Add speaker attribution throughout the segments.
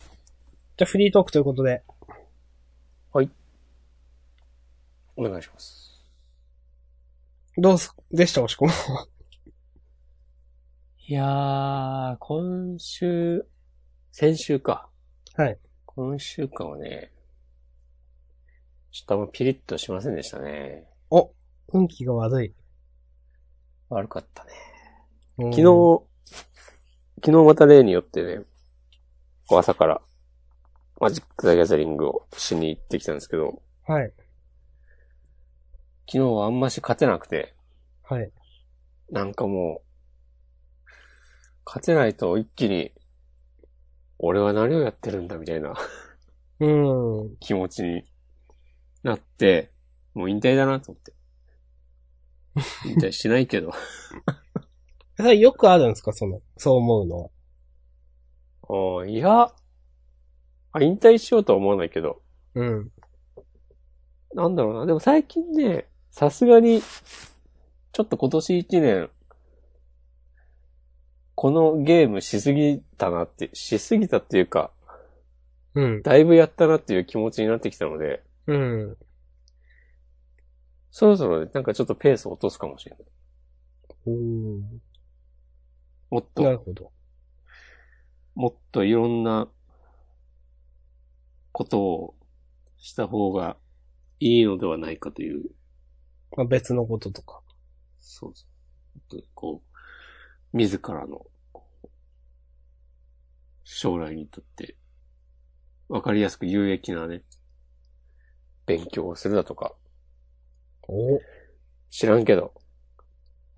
Speaker 1: じゃあフリートークということで。
Speaker 2: お願いします。
Speaker 1: どうすでした、おしこ。
Speaker 2: いやー、今週、先週か。
Speaker 1: はい。
Speaker 2: 今週間はね、ちょっとあんまピリッとしませんでしたね。
Speaker 1: 運気が悪い。
Speaker 2: 悪かったね。
Speaker 1: 昨
Speaker 2: 昨日、昨日また例によってね、こう朝からマジック・ザ・ギャザリングをしに行ってきたんですけど、
Speaker 1: はい。
Speaker 2: 昨日はあんまし勝てなくて、
Speaker 1: はい。
Speaker 2: なんかもう、勝てないと一気に、俺は何をやってるんだみたいな
Speaker 1: うん。
Speaker 2: 気持ちになって、もう引退だなと思って。引退しないけど。
Speaker 1: それよくあるんですかその、そう思うのは。
Speaker 2: ああいや、あ引退しようとは思わないけど、
Speaker 1: うん。
Speaker 2: なんだろうな。でも最近ね、さすがに、ちょっと今年一年、このゲームしすぎたなって、しすぎたっていうか、
Speaker 1: うん。
Speaker 2: だいぶやったなっていう気持ちになってきたので、
Speaker 1: うん。
Speaker 2: そろそろねなんかちょっとペースを落とすかもしれない。もっ
Speaker 1: な
Speaker 2: と、
Speaker 1: るほど。
Speaker 2: もっといろんなことをした方がいいのではないかという、
Speaker 1: まあ、別のこととか。
Speaker 2: そうそう。こう、自らの、こう将来にとって、わかりやすく有益なね、勉強をするだとか、
Speaker 1: お
Speaker 2: 知らんけど、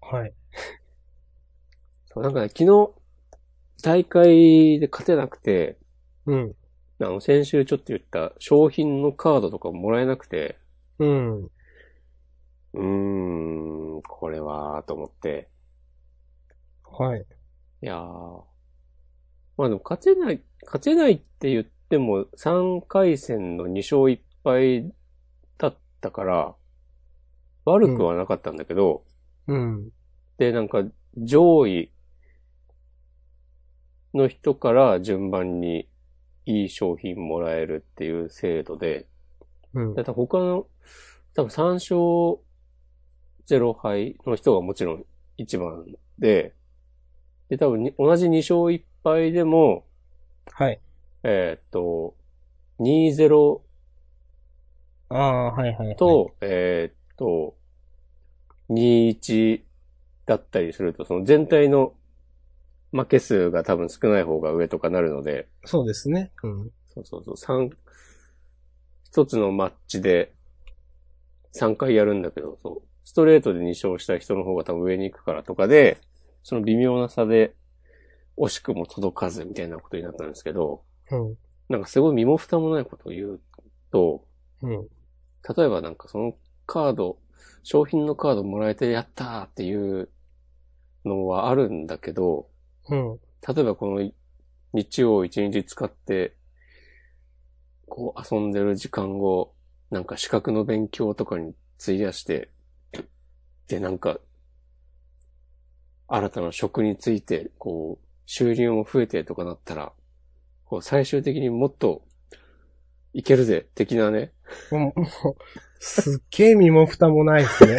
Speaker 1: はい。
Speaker 2: そうなんかね、昨日、大会で勝てなくて、
Speaker 1: うん。
Speaker 2: あの、先週ちょっと言った商品のカードとかもらえなくて、
Speaker 1: うん。
Speaker 2: うーん、これは、と思って。
Speaker 1: はい。
Speaker 2: いやー。まあでも勝てない、勝てないって言っても3回戦の2勝1敗だったから、悪くはなかったんだけど、
Speaker 1: うん。
Speaker 2: で、なんか上位の人から順番にいい商品もらえるっていう制度で、
Speaker 1: うん
Speaker 2: だ。って他の、多分3勝0敗の人がもちろん一番で、で、多分に同じ2勝1敗でも、
Speaker 1: はい。
Speaker 2: えーっと、2-0
Speaker 1: ああ、はいはい、はい。
Speaker 2: と、、えーっと、2-1だったりすると、その全体の負け数が多分少ない方が上とかなるので、
Speaker 1: そうですね。うん。
Speaker 2: そうそうそう、三、一つのマッチで3回やるんだけど、そう、ストレートで2勝した人の方が多分上に行くからとかで、その微妙な差で惜しくも届かずみたいなことになったんですけど、
Speaker 1: うん。
Speaker 2: なんかすごい身も蓋もないことを言うと、
Speaker 1: うん。
Speaker 2: 例えばなんかそのカード、商品のカードもらえてやったーっていうのはあるんだけど、
Speaker 1: うん。
Speaker 2: 例えばこの日曜一日使って、こう遊んでる時間を、なんか資格の勉強とかに費やして、で、なんか、新たな職について、こう、収入も増えてとかなったら、こう、最終的にもっと、いけるぜ、的なね。
Speaker 1: もう、もうすっげえ身も蓋もない ですね。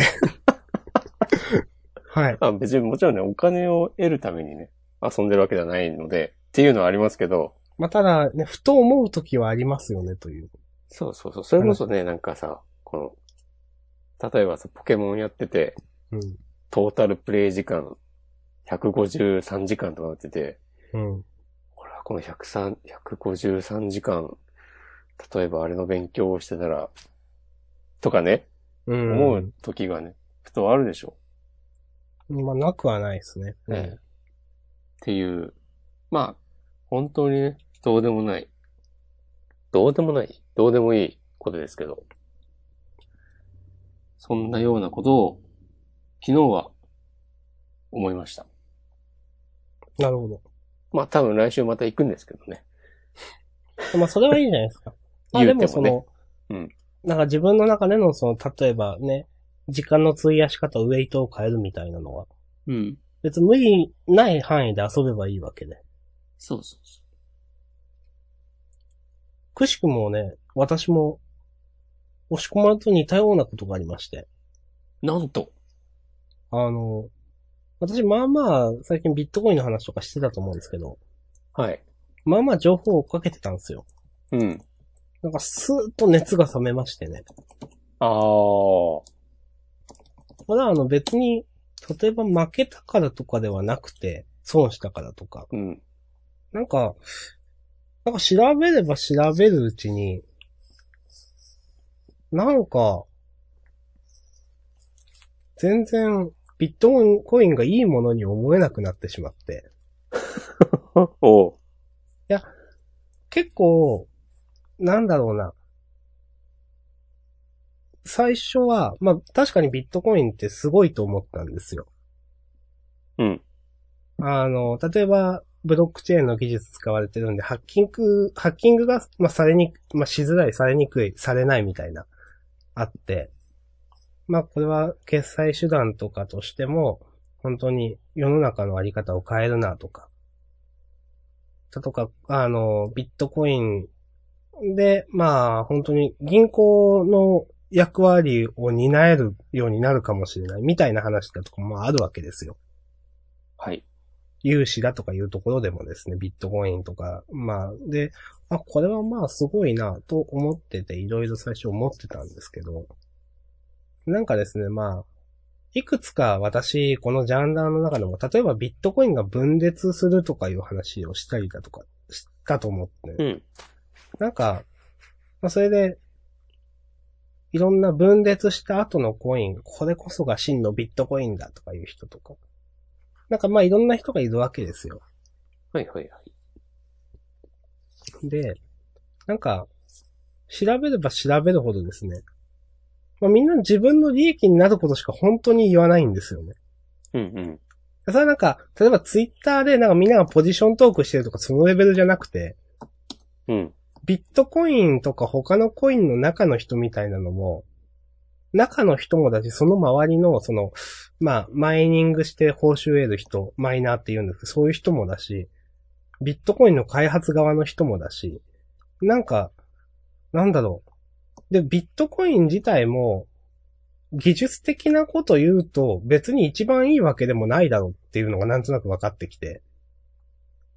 Speaker 1: はい。
Speaker 2: あ、別にもちろんね、お金を得るためにね、遊んでるわけじゃないので、っていうのはありますけど、
Speaker 1: まあ、ただ、ね、ふと思うときはありますよね、という。
Speaker 2: そうそうそう。それこそね、なんかさ、この、例えばさ、ポケモンやってて、
Speaker 1: うん。
Speaker 2: トータルプレイ時間、153時間とかなってて、
Speaker 1: うん。
Speaker 2: 俺はこの103 153時間、例えばあれの勉強をしてたら、とかね、
Speaker 1: うん。
Speaker 2: 思う時がね、ふとあるでしょ。
Speaker 1: まあ、なくはないですね。
Speaker 2: ええっていう、まあ、本当にね、どうでもない。どうでもないどうでもいいことですけど。そんなようなことを、昨日は、思いました。
Speaker 1: なるほど。
Speaker 2: まあ多分来週また行くんですけどね。
Speaker 1: まあ、それはいいじゃないですか。まあ、で
Speaker 2: 言うてもね
Speaker 1: もその、
Speaker 2: うん
Speaker 1: なんか自分の中での、その、例えばね、時間の費やし方、ウェイトを変えるみたいなのは、
Speaker 2: うん。
Speaker 1: 別に無理ない範囲で遊べばいいわけで。
Speaker 2: そうそうそ
Speaker 1: くしくもね、私も、押し込まると似たようなことがありまして。
Speaker 2: なんと。
Speaker 1: あの、私、まあまあ、最近ビットコインの話とかしてたと思うんですけど、
Speaker 2: はい。
Speaker 1: まあまあ情報を追っかけてたんですよ。
Speaker 2: うん。
Speaker 1: なんか、スーッと熱が冷めましてね。
Speaker 2: ああ。
Speaker 1: これはあの別に、例えば負けたからとかではなくて、損したからとか。
Speaker 2: うん。
Speaker 1: なんか、なんか調べれば調べるうちに、なんか、全然、ビットコインがいいものに思えなくなってしまって、
Speaker 2: おう。
Speaker 1: 結構、なんだろうな。最初は、まあ確かにビットコインってすごいと思ったんですよ。
Speaker 2: うん。
Speaker 1: あの、例えば、ブロックチェーンの技術使われてるんで、ハッキング、ハッキングが、まあ、されに、まあ、しづらい、されにくい、されないみたいな、あって、まあ、これは決済手段とかとしても、本当に世の中のあり方を変えるなとか、だとか、あの、ビットコインで、まあ、本当に銀行の役割を担えるようになるかもしれない、みたいな話だとかもあるわけですよ。
Speaker 2: はい。
Speaker 1: 融資だとかいうところでもですね、ビットコインとか、まあ、で、あ、これはまあすごいなと思ってて、いろいろ最初思ってたんですけど、なんかですね、まあ、いくつか私、このジャンダーの中でも、例えばビットコインが分裂するとかいう話をしたりだとか、したと思って、
Speaker 2: うん。
Speaker 1: なんか、まあ、それで、いろんな分裂した後のコイン、これこそが真のビットコインだとかいう人とか。なんかまあいろんな人がいるわけですよ。
Speaker 2: はいはいはい。
Speaker 1: で、なんか、調べれば調べるほどですね。まあみんな自分の利益になることしか本当に言わないんですよね。
Speaker 2: うんうん。
Speaker 1: それはなんか、例えばツイッターでなんかみんながポジショントークしてるとかそのレベルじゃなくて、
Speaker 2: うん。
Speaker 1: ビットコインとか他のコインの中の人みたいなのも、中の人もだし、その周りの、その、まあ、マイニングして報酬得る人、マイナーって言うんですけど、そういう人もだし、ビットコインの開発側の人もだし、なんか、なんだろう。で、ビットコイン自体も、技術的なこと言うと、別に一番いいわけでもないだろうっていうのがなんとなく分かってきて。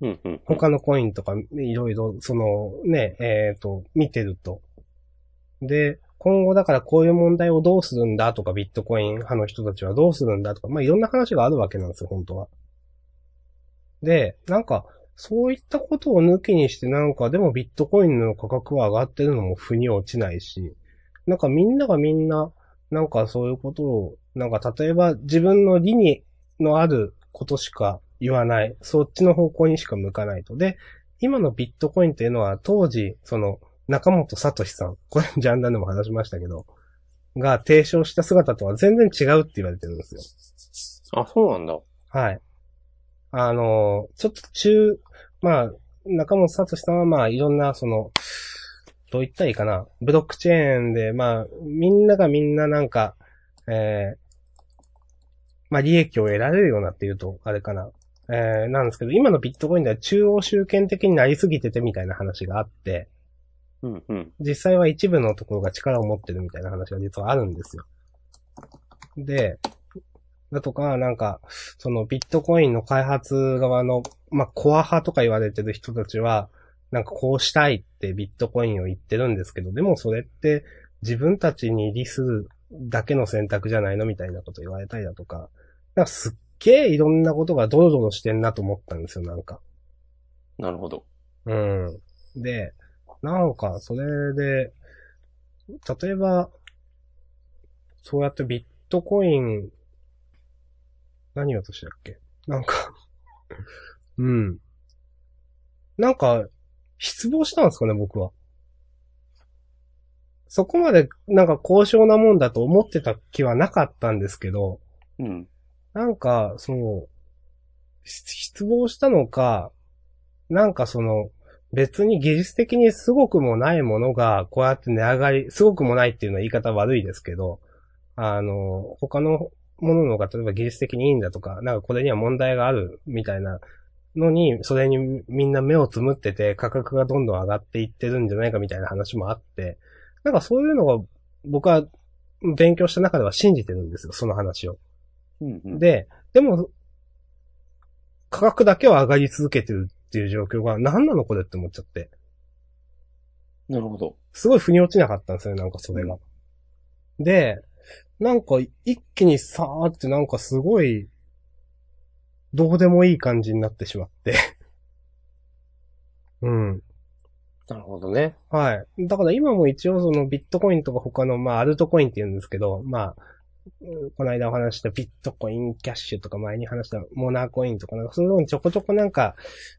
Speaker 2: うんうん。
Speaker 1: 他のコインとかいろいろ、そのね、えっ、と、見てると。で、今後だからこういう問題をどうするんだとか、ビットコイン派の人たちはどうするんだとか、まあいろんな話があるわけなんですよ、本当は。で、なんか、そういったことを抜きにしてなんか、でもビットコインの価格は上がってるのも腑に落ちないし、なんかみんながみんな、なんかそういうことを、なんか例えば自分の理にのあることしか言わない。そっちの方向にしか向かないと。で、今のビットコインっていうのは当時、その、中本聡さん、これジャンダンでも話しましたけど、が提唱した姿とは全然違うって言われてるんですよ。
Speaker 2: あ、そうなんだ。
Speaker 1: はい。あのー、ちょっと中、まあ、中本聡さんはまあいろんなその、どう言ったらいいかな。ブロックチェーンで、まあ、みんながみんななんか、えー、まあ利益を得られるようなっていうと、あれかな。えー、なんですけど、今のビットコインでは中央集権的になりすぎててみたいな話があって、
Speaker 2: うんうん。
Speaker 1: 実際は一部のところが力を持ってるみたいな話が実はあるんですよ。で、だとか、なんか、そのビットコインの開発側の、まあ、コア派とか言われてる人たちは、なんかこうしたいってビットコインを言ってるんですけど、でもそれって自分たちに利するだけの選択じゃないのみたいなこと言われたりだとか、なんかすっげえいろんなことがドロドロしてんなと思ったんですよ、なんか。
Speaker 2: なるほど。
Speaker 1: うん。で、なんか、それで、例えば、そうやってビットコイン、何をとしたっけなんか、うん。なんか、失望したんですかね、僕は。そこまで、なんか高尚なもんだと思ってた気はなかったんですけど、
Speaker 2: うん。
Speaker 1: なんか、その、し失望したのか、なんかその、別に技術的にすごくもないものが、こうやって値上がり、すごくもないっていうのは言い方悪いですけど、あの、他のものの方が、例えば技術的にいいんだとか、なんかこれには問題があるみたいなのに、それにみんな目をつむってて、価格がどんどん上がっていってるんじゃないかみたいな話もあって、なんかそういうのが僕は勉強した中では信じてるんですよ、その話を。
Speaker 2: うんうん、
Speaker 1: で、でも、価格だけは上がり続けてるっていう状況が何なのこれって思っちゃって。
Speaker 2: なるほど。
Speaker 1: すごい腑に落ちなかったんですよね、なんかそれが。で、なんか一気にさーってなんかすごい、どうでもいい感じになってしまって。 うん。
Speaker 2: なるほどね。
Speaker 1: はい。だから今も一応そのビットコインとか他の、まあアルトコインって言うんですけど、まあ、うんこの間お話ししたビットコインキャッシュとか前に話したモナーコインとかなんかそういうのにちょこちょこなんか、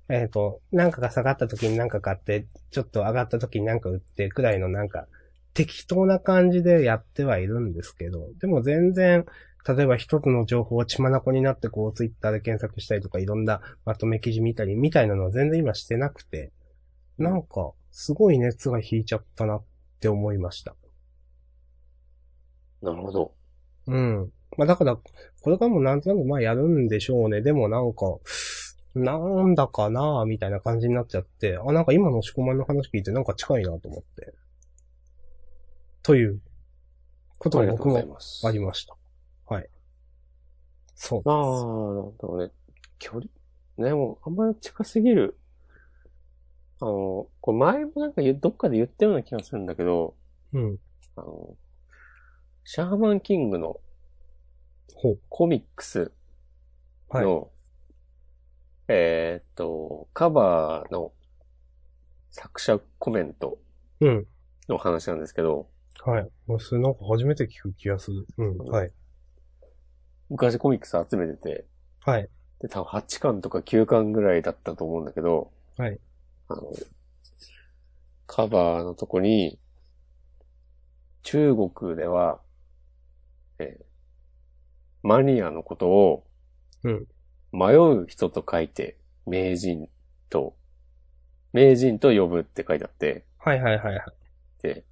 Speaker 1: えっ、と、なんかが下がった時になんか買って、ちょっと上がった時になんか売ってくらいのなんか適当な感じでやってはいるんですけど、でも全然、例えば一つの情報を血眼になってこうツイッターで検索したりとかいろんなまとめ記事見たりみたいなのは全然今してなくて、なんか、すごい熱が引いちゃったなって思いました。
Speaker 2: なるほど。
Speaker 1: うん。まあだから、これからもなんとなくまあやるんでしょうね。でもなんか、なんだかなぁみたいな感じになっちゃって、あ、なんか今の押し込まんの話聞いてなんか近いなと思って。という、こと
Speaker 2: あ
Speaker 1: が
Speaker 2: りがと
Speaker 1: 僕
Speaker 2: うご
Speaker 1: も
Speaker 2: ざいます。
Speaker 1: ありました。はい。そうです。
Speaker 2: まあ、なんだろうね。距離ね、もう、あんまり近すぎる。あの、これ前もなんか言うどっかで言ったような気がするんだけど、
Speaker 1: うん。
Speaker 2: あの、シャーマンキングの
Speaker 1: ほう。
Speaker 2: コミックス
Speaker 1: はい。
Speaker 2: の、えーっと、カバーの作者コメント
Speaker 1: うん。
Speaker 2: の話なんですけど、
Speaker 1: はい。もうそれなんか初めて聞く気がする。うん。はい。
Speaker 2: 昔コミックス集めてて、
Speaker 1: はい。
Speaker 2: で、多分8巻とか9巻ぐらいだったと思うんだけど、
Speaker 1: はい。
Speaker 2: あの、カバーのとこに、中国では、えーマニアのことを、
Speaker 1: うん
Speaker 2: 迷う人と書いて、名人と、名人と呼ぶって書いてあって、
Speaker 1: はいはいはいはい。
Speaker 2: で、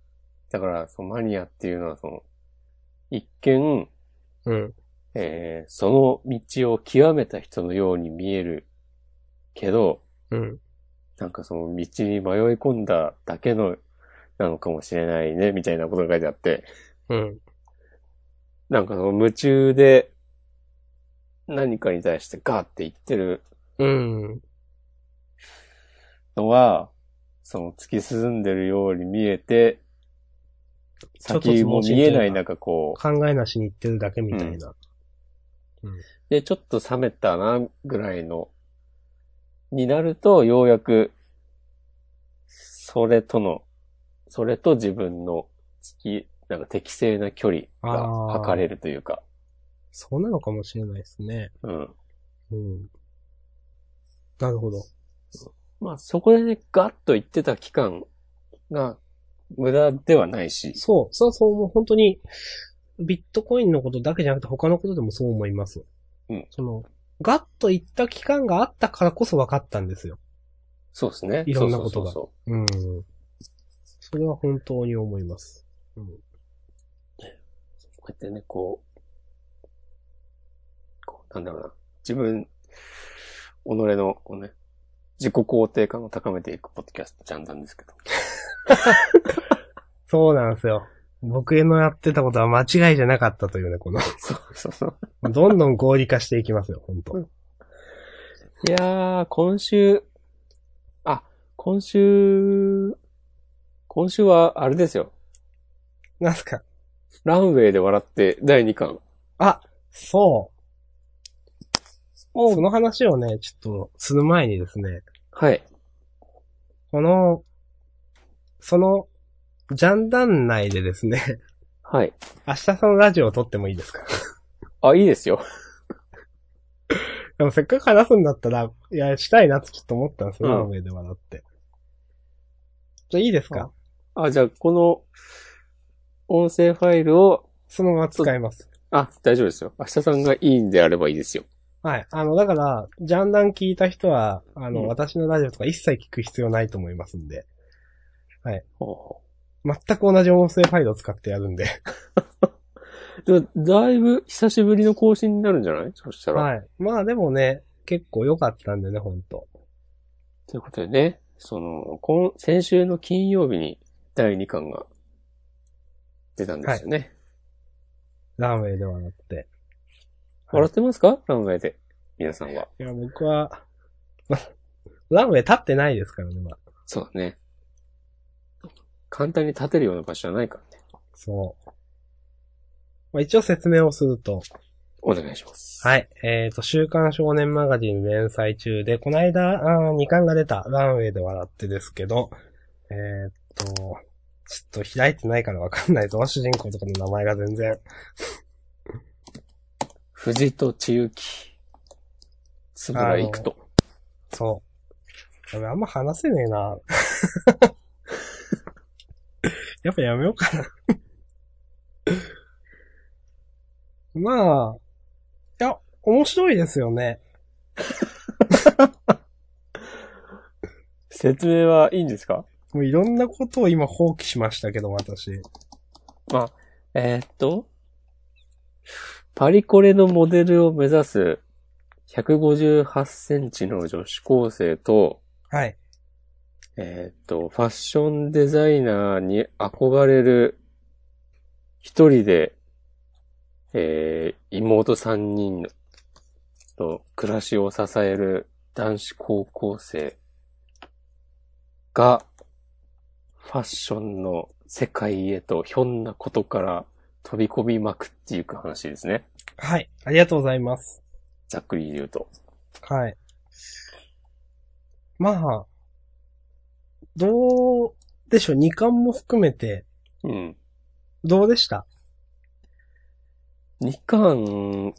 Speaker 2: だから、そのマニアっていうのは、その、一見、
Speaker 1: うん。
Speaker 2: えーその道を極めた人のように見えるけど、
Speaker 1: うん。
Speaker 2: なんかその道に迷い込んだだけの、なのかもしれないね、みたいなことが書いてあって、
Speaker 1: うん。
Speaker 2: なんかその夢中で何かに対してガーって言ってる
Speaker 1: うん。
Speaker 2: のは、その突き進んでるように見えて、
Speaker 1: ちょっと
Speaker 2: 先も見えない
Speaker 1: その
Speaker 2: 中こう、
Speaker 1: 考えなしに言ってるだけみたいな。
Speaker 2: で、ちょっと冷めたな、ぐらいの、になると、ようやく、それとの、それと自分の月、なんか適正な距離が測れるというか、
Speaker 1: そうなのかもしれないですね。
Speaker 2: うん。
Speaker 1: うん。なるほど。
Speaker 2: まあそこでね、ガッと言ってた期間が無駄ではないし、
Speaker 1: そう、そうそう、もう本当に、ビットコインのことだけじゃなくて他のことでもそう思います。
Speaker 2: うん
Speaker 1: その、ガッといった期間があったからこそ分かったんですよ。
Speaker 2: そうですね。
Speaker 1: いろんなことが
Speaker 2: そうそうそ
Speaker 1: うん。それは本当に思います。うん。
Speaker 2: うそうこうやってね、こう、こうなんだろうな。自分、己の、こうね、自己肯定感を高めていくポッドキャストちゃんなんです けど。
Speaker 1: そうなんですよ。僕のやってたことは間違いじゃなかったというね、 この。
Speaker 2: そうそうそう。
Speaker 1: どんどん合理化していきますよ、本当
Speaker 2: いやー、今週、あ、今週、今週はあれですよ。
Speaker 1: なんすか
Speaker 2: ランウェイで笑って第2巻。
Speaker 1: あ、そう。
Speaker 2: おう
Speaker 1: その話をね、ちょっと、する前にですね、
Speaker 2: はい。
Speaker 1: この、その、ジャンダン内でですね、
Speaker 2: はい。
Speaker 1: 明日そのラジオを撮ってもいいですか
Speaker 2: あ、いいですよ。
Speaker 1: でもせっかく話すんだったら、いや、したいなってちょっと思ったんですよ、
Speaker 2: うん
Speaker 1: ランウェイで笑って。じゃあいいですか
Speaker 2: あ、じゃあ、この、音声ファイルを、
Speaker 1: そのまま使います。
Speaker 2: あ、大丈夫ですよ。明日さんがいいんであればいいですよ。
Speaker 1: はい。あの、だから、ジャンダン聞いた人は、あの、
Speaker 2: うん
Speaker 1: 私のラジオとか一切聞く必要ないと思いますんで、
Speaker 2: あ
Speaker 1: 全く同じ音声ファイルを使ってやるんで。
Speaker 2: あでだいぶ久しぶりの更新になるんじゃないそしたら。
Speaker 1: はい。まあでもね、結構良かったんだよね、ほんと。
Speaker 2: ということでね、その、今、先週の金曜日に第2巻が出たんですよね。
Speaker 1: ランウェイではなくて。
Speaker 2: 笑ってますかランウェイで。皆さんは。
Speaker 1: いや、僕は、まランウェイ立ってないですからね、まあ。
Speaker 2: そうだね。簡単に立てるような場所じゃないからね。
Speaker 1: そう。まあ、一応説明をすると、
Speaker 2: お願いします。
Speaker 1: はい。えっ、と、週刊少年マガジン連載中で、この間、あ2巻が出た、ランウェイで笑ってですけど、えっ、と、ちょっと開いてないからわかんないぞ、主人公とかの名前が全然。
Speaker 2: 藤戸千雪。つぶらいくと。
Speaker 1: そう。俺あんま話せねえな。やっぱやめようかな。まあ、いや、面白いですよね。
Speaker 2: 説明はいいんですか
Speaker 1: もういろんなことを今放棄しましたけど、私。
Speaker 2: えーっと、パリコレのモデルを目指す158センチの女子高生と、
Speaker 1: はい。
Speaker 2: えーっと、ファッションデザイナーに憧れる一人で、えー、妹三人と暮らしを支える男子高校生が、ファッションの世界へとひょんなことから飛び込みまくっていく話ですね。
Speaker 1: はい。ありがとうございます。
Speaker 2: ざっくり言うと。
Speaker 1: はい。まあ、どうでしょう、2巻も含めて、
Speaker 2: うん。
Speaker 1: どうでした
Speaker 2: 二巻、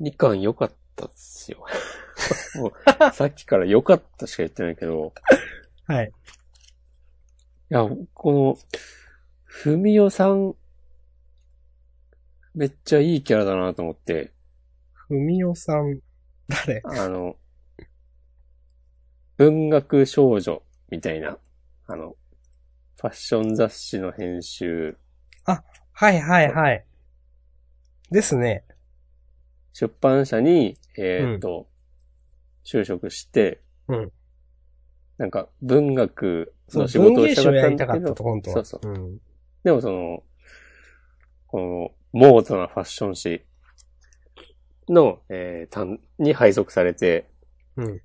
Speaker 2: 二巻良かったっすよ。 も うさっきから良かったしか言ってないけど。
Speaker 1: はい。
Speaker 2: いや、この、ふみおさん、めっちゃいいキャラだなと思って、
Speaker 1: ふみおさん、誰
Speaker 2: あの、文学少女みたいな、あの、ファッション雑誌の編集、
Speaker 1: はいはいはい。ですね。
Speaker 2: 出版社に、えーっと、就職して、
Speaker 1: うん
Speaker 2: なんか文学
Speaker 1: そ
Speaker 2: の
Speaker 1: う、
Speaker 2: 仕事
Speaker 1: 文
Speaker 2: を
Speaker 1: 芸
Speaker 2: した
Speaker 1: 賞
Speaker 2: かっ
Speaker 1: や
Speaker 2: た
Speaker 1: り
Speaker 2: ん
Speaker 1: た
Speaker 2: だ
Speaker 1: か
Speaker 2: け
Speaker 1: った
Speaker 2: ど
Speaker 1: と、、本当は。
Speaker 2: そうそう。
Speaker 1: ん。
Speaker 2: でもその、この、モードなファッション誌の、えー、単に配属されて、
Speaker 1: うん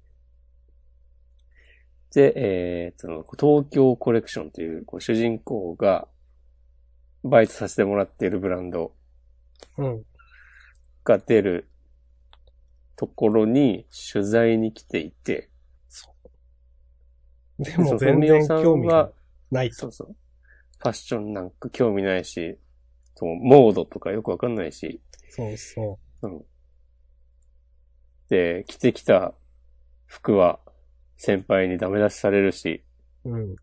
Speaker 2: で、えー、その、東京コレクションという、こう主人公が、バイトさせてもらっているブランド
Speaker 1: うん。
Speaker 2: が出るところに取材に来ていて、
Speaker 1: で
Speaker 2: そ
Speaker 1: も
Speaker 2: の
Speaker 1: 全
Speaker 2: 富代
Speaker 1: 然
Speaker 2: さ
Speaker 1: 興
Speaker 2: ん
Speaker 1: 味
Speaker 2: は
Speaker 1: が、ないと。
Speaker 2: そうそう。ファッションなんか興味ないし、そうモードとかよくわかんないし、
Speaker 1: そうそ
Speaker 2: で、着てきた服は先輩にダメ出しされるし、
Speaker 1: う。うん。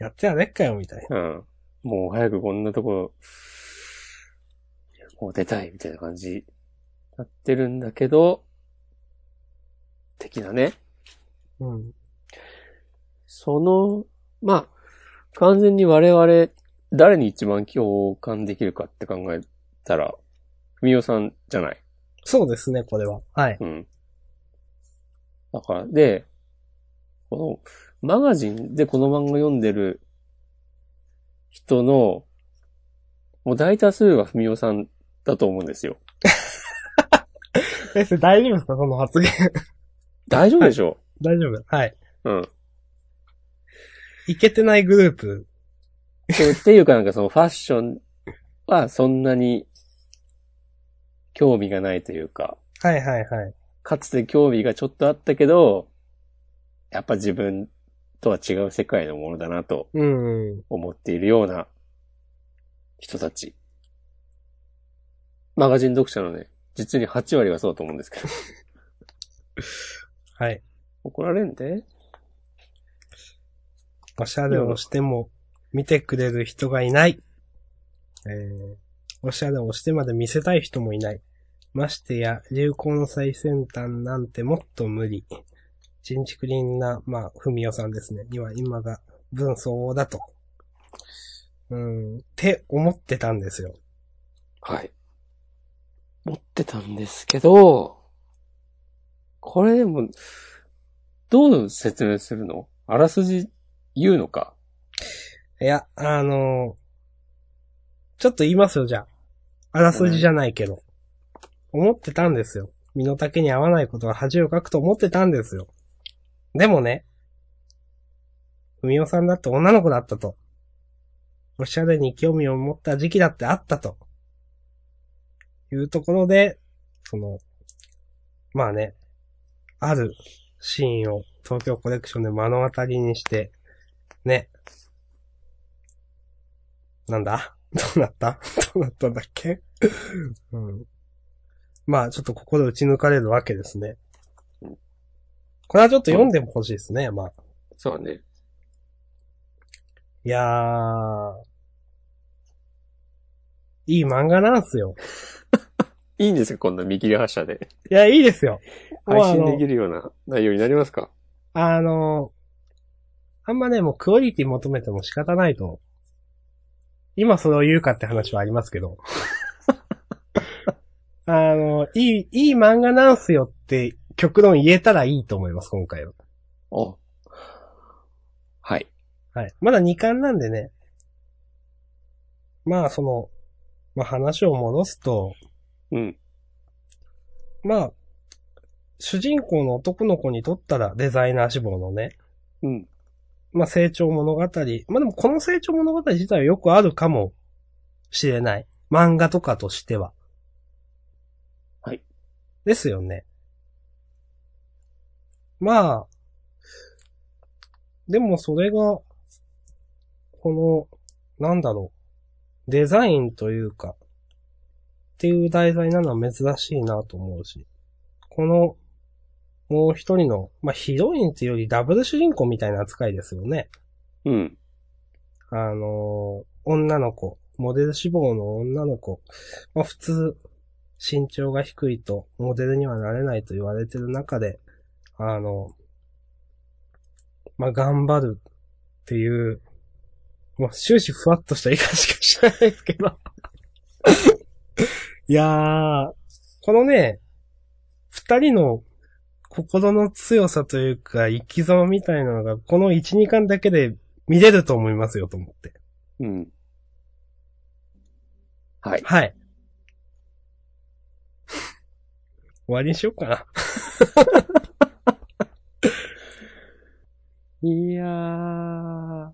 Speaker 1: やってはねっかよ、みたいな。
Speaker 2: うん。もう早くこんなところ、もう出たいみたいな感じ、なってるんだけど、的なね。
Speaker 1: うん。
Speaker 2: その、まあ、完全に我々、誰に一番共感できるかって考えたら、ふみおさんじゃない。
Speaker 1: そうですね、これは。 はい。
Speaker 2: うん。だから、で、この、マガジンでこの漫画読んでる人の、もう大多数がふみおさんだと思うんですよ。
Speaker 1: 先生、大丈夫ですかその発言。
Speaker 2: 大丈夫でしょ
Speaker 1: 大丈夫。はい。
Speaker 2: う、うん。
Speaker 1: いけてないグループ。
Speaker 2: そうっていうかなんかそのファッションはそんなに興味がないというか、
Speaker 1: はいはいはい。
Speaker 2: かつて興味がちょっとあったけど、やっぱ自分とは違う世界のものだなと
Speaker 1: うん。
Speaker 2: 思っているような人たち。マガジン読者のね、実に8割はそうだと思うんですけど。
Speaker 1: はい。
Speaker 2: 怒られんで
Speaker 1: おしゃれをしても、見てくれる人がいない。えー、おしゃれをしてまで見せたい人もいない。ましてや、流行の最先端なんてもっと無理。ちんちくりんな、まあ、ふみおさんですね。には今が分相応だと。うん、って思ってたんですよ。
Speaker 2: はい。持ってたんですけど、これでも、どう説明するのあらすじ言うのか
Speaker 1: いや、あのーちょっと言いますよ、じゃあ。あらすじじゃないけど。思ってたんですよ。身の丈に合わないことは恥をかくと思ってたんですよ。でもね、文雄さんだって女の子だったと。おしゃれに興味を持った時期だってあったと。いうところで、その、まあね、あるシーンを東京コレクションで目の当たりにして、ね。なんだ どうなったどうなったんだっけうん。まあ、ちょっとここで打ち抜かれるわけですね。これはちょっと読んでも欲しいですね、まあ。
Speaker 2: そうね。
Speaker 1: いやー。いい漫画なんすよ。
Speaker 2: いいんですかこんな見切り発車で。
Speaker 1: いや、いいですよ。もう
Speaker 2: 配
Speaker 1: あ
Speaker 2: 信で
Speaker 1: の
Speaker 2: きるような内容になりますか
Speaker 1: あの、あんまね、もうクオリティ求めても仕方ないと。今それを言うかって話はありますけど。あの、いい、いい漫画なんすよって極論言えたらいいと思います、今回は。
Speaker 2: あはい。
Speaker 1: はい。まだ2巻なんでね。まあ、その、まあ話を戻すと、
Speaker 2: うん。
Speaker 1: まあ、主人公の男の子にとったらデザイナー志望のね、
Speaker 2: うん。
Speaker 1: まあ、成長物語。まあ、でもこの成長物語自体はよくあるかもしれない。漫画とかとしては。
Speaker 2: はい。
Speaker 1: ですよね。まあ、でもそれが、この、なんだろう、デザインというか、っていう題材なのは珍しいなと思うし、この、もう一人の、まあ、ヒロインっていうよりダブル主人公みたいな扱いですよね。
Speaker 2: うん。
Speaker 1: あのー女の子、モデル志望の女の子、まあ、普通、身長が低いと、モデルにはなれないと言われてる中で、あの、まあ、頑張るっていう、まあ、終始ふわっとした言い方しかしないですけど。 いやー、このね、二人の心の強さというか、生き様みたいなのが、この一、二巻だけで見れると思いますよと思って。
Speaker 2: うん。はい。
Speaker 1: はい。終わりにしようかな。
Speaker 2: いやー。
Speaker 1: ま
Speaker 2: う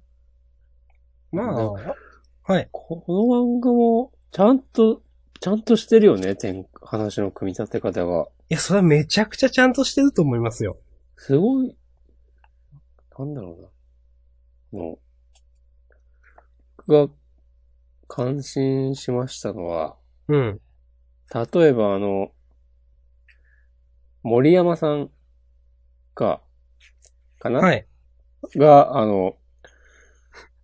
Speaker 1: あ
Speaker 2: ん、
Speaker 1: はい。
Speaker 2: この漫画も、ちゃんと、ちゃんとしてるよね、てん話の組み立て方が。
Speaker 1: いや、それはめちゃくちゃちゃんとしてると思いますよ。
Speaker 2: すごい、なんだろうな。もう、僕が感心しましたのは、
Speaker 1: うん。
Speaker 2: 例えばあの、森山さんか、かな、
Speaker 1: はい。
Speaker 2: が、あの、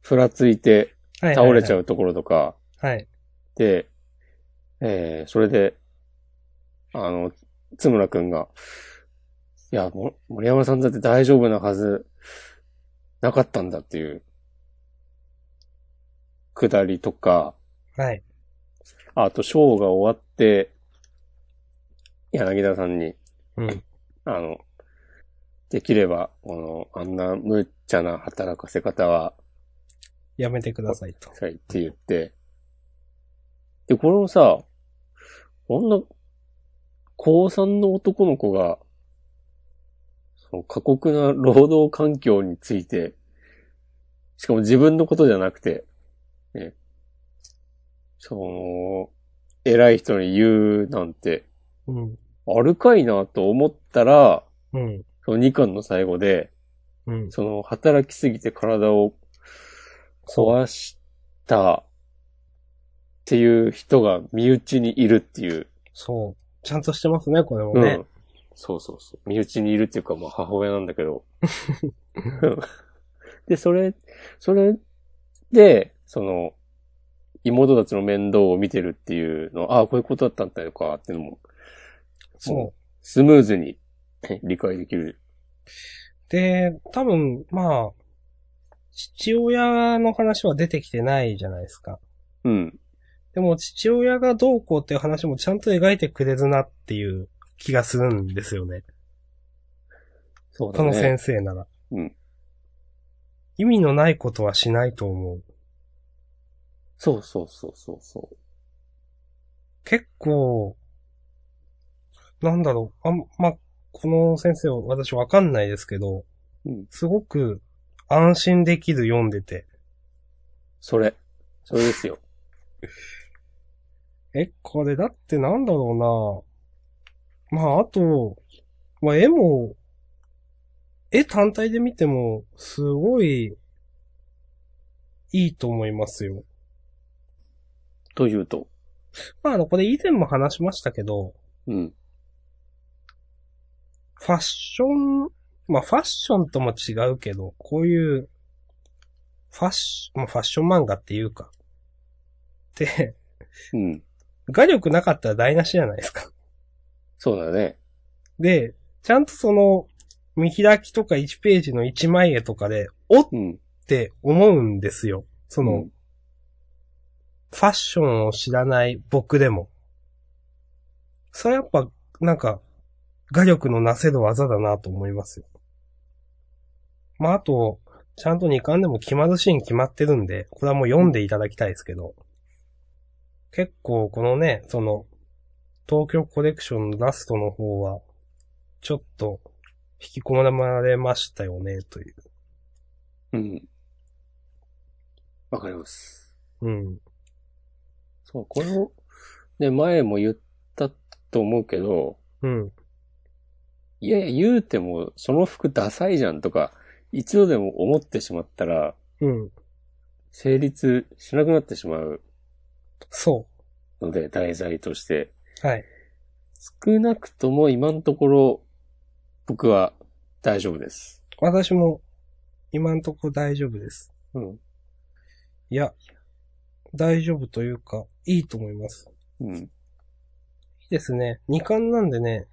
Speaker 2: ふらついて
Speaker 1: はい。
Speaker 2: 倒れちゃ
Speaker 1: う。
Speaker 2: うところとか、
Speaker 1: はい。
Speaker 2: で、えー、それで、あの、津村くんが、いや、も森山さんだって大丈夫なはず、なかったんだっていう、くだりとか、
Speaker 1: はい。
Speaker 2: あと、ショーが終わって、柳田さんに、
Speaker 1: うん。
Speaker 2: あの、できれば、この、あんな無茶な働かせ方は、
Speaker 1: やめてくださいと。
Speaker 2: はい、って言って。で、これもさ、こんな、高3の男の子が、その過酷な労働環境について、しかも自分のことじゃなくて、ね、その、偉い人に言うなんて、
Speaker 1: うん。
Speaker 2: あるかいなと思ったら、
Speaker 1: うん。
Speaker 2: その2巻の最後で、
Speaker 1: うん。
Speaker 2: その働きすぎて体を壊したっていう人が身内にいるっていう。
Speaker 1: そう。ちゃんとしてますね、これもね。
Speaker 2: うん。そうそうそう。身内にいるっていうか、まあ母親なんだけ ど。で、それ、それで、その、妹たちの面倒を見てるっていうの、ああ、こういうことだったんだよか、っていうのも、
Speaker 1: そう。
Speaker 2: スムーズに理解できる。
Speaker 1: で、多分、まあ、父親の話は出てきてないじゃないですか。
Speaker 2: うん。
Speaker 1: ででも父親がどうこうっていう話もちゃんと描いてくれるなっていう気がするんですよね。
Speaker 2: そう
Speaker 1: その先生なら。
Speaker 2: うん
Speaker 1: 意味のないことはしないと思う。
Speaker 2: そうそうそうそうそう。
Speaker 1: 結構、なんだろう、あん、ま、この先生は私わかんないですけど、
Speaker 2: うん
Speaker 1: すごく安心できる読んでて。
Speaker 2: それ。それですよ。
Speaker 1: え、これだってなんだろうなまあ、あと、まあ、絵も、絵単体で見ても、すごい、いいと思いますよ。
Speaker 2: というと。
Speaker 1: まあ、あの、これ以前も話しましたけど、
Speaker 2: うん。
Speaker 1: ファッション、まあ、ファッションとも違うけど、こういう、ファッション、まあ、ファッション漫画っていうか、って、
Speaker 2: うん。
Speaker 1: 画力なかったら台無しじゃないですか。
Speaker 2: そうだね。
Speaker 1: で、ちゃんとその、見開きとか1ページの1枚絵とかで、おっ
Speaker 2: うん。
Speaker 1: って思うんですよ。そ
Speaker 2: こ
Speaker 1: の、ファッションを知らない僕でも。それやっぱ、なんか、画力のなせる技だなと思いますよ。まあ、あと、ちゃんと2巻でも決まるシーン決まってるんで、これはもう読んでいただきたいですけど、結構このね、その、東京コレクションのラストの方は、ちょっと、引き込まれましたよね、という。
Speaker 2: うん。わかります。
Speaker 1: うん。
Speaker 2: そう、これを、ね、前も言ったと思うけど、
Speaker 1: うん。
Speaker 2: いやいや、言うても、その服ダサいじゃんとか、一度でも思ってしまったら、
Speaker 1: うん。
Speaker 2: 成立しなくなってしまう
Speaker 1: そ
Speaker 2: ので、題材として。
Speaker 1: う。はい。
Speaker 2: 少なくとも今のところ、僕は大丈夫です。
Speaker 1: 私も、今んとこ大丈夫です。
Speaker 2: うん。
Speaker 1: いや、大丈夫というか、いいと思います。
Speaker 2: うん。
Speaker 1: いいですね。2巻なんでね、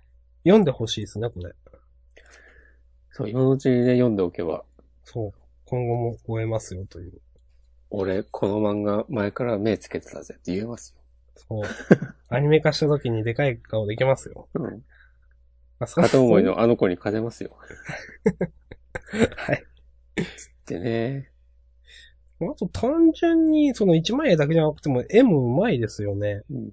Speaker 1: 読んでほしいですね、これ。
Speaker 2: そう、今のうちにね、読んでおけば、
Speaker 1: そう。今後も終えますよ、という。
Speaker 2: 俺、この漫画前から目つけてたぜって言えます
Speaker 1: そう。アニメ化した時にでかい顔できますよ。
Speaker 2: よ。うん。
Speaker 1: まあ、そ
Speaker 2: 片思い。 のあの子に勝てますよ。
Speaker 1: はい。
Speaker 2: ってね。
Speaker 1: あと単純に、その1枚絵だけじゃなくても、絵もうまいですよね。
Speaker 2: うん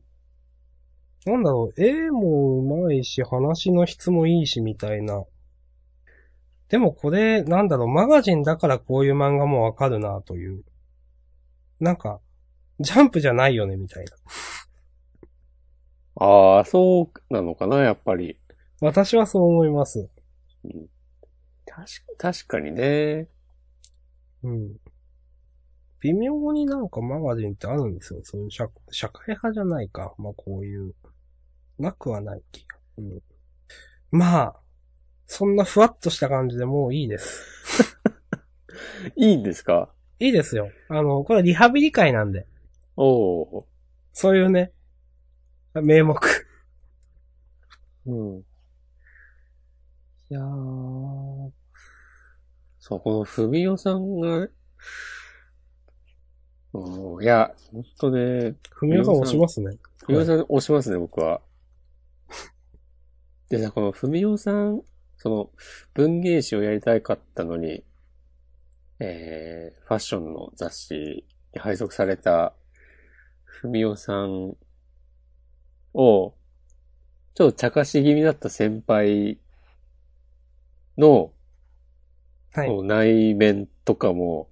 Speaker 1: なんだろう、絵もうまいし、話の質もいいし、みたいな。でもこれ、なんだろう、マガジンだからこういう漫画もわかるな、という。なんか、ジャンプじゃないよね、みたいな。
Speaker 2: ああ、そうなのかな、やっぱり。
Speaker 1: 私はそう思います。
Speaker 2: うん。確か、確かにね。
Speaker 1: うん。微妙になんかマガジンってあるんですよ。そういう社社会派じゃないか。まあこういう。なくはない気が。うん。まあ、そんなふわっとした感じでもういいです。
Speaker 2: いいんですか
Speaker 1: いいですよ。あの、これリハビリ会なんで。
Speaker 2: おお
Speaker 1: そういうね、名目。
Speaker 2: ー。うん。いやー。そう、このふみおさんが、うん、いや、ほんとね、
Speaker 1: ふみおさん押しますね。
Speaker 2: ふみおさん押しますね、僕は。 でさ、このふみおさん、その、文芸誌をやりたかったのに、えー、ファッションの雑誌に配属されたふみおさんを、ちょっと茶化し気味だった先輩の、
Speaker 1: はい。
Speaker 2: こう内面とかも、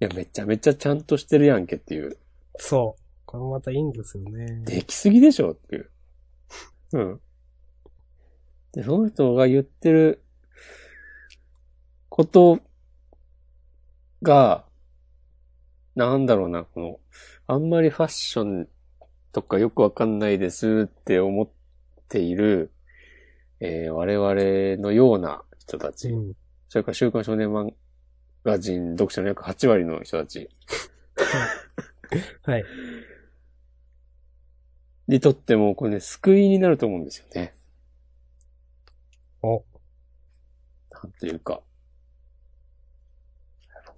Speaker 2: いや、めちゃめちゃちゃんとしてるやんけっていう。
Speaker 1: そう。これまたいいんですよね。
Speaker 2: できすぎでしょっていう。うん。で、その人が言ってることが、なんだろうな、この、あんまりファッションとかよくわかんないですって思っている、えー我々のような人たち。
Speaker 1: うん。
Speaker 2: それから週刊少年マガジン読者の約8割の人たち
Speaker 1: はい。
Speaker 2: にとっても、これね、救いになると思うんですよね。
Speaker 1: お。
Speaker 2: なんというか。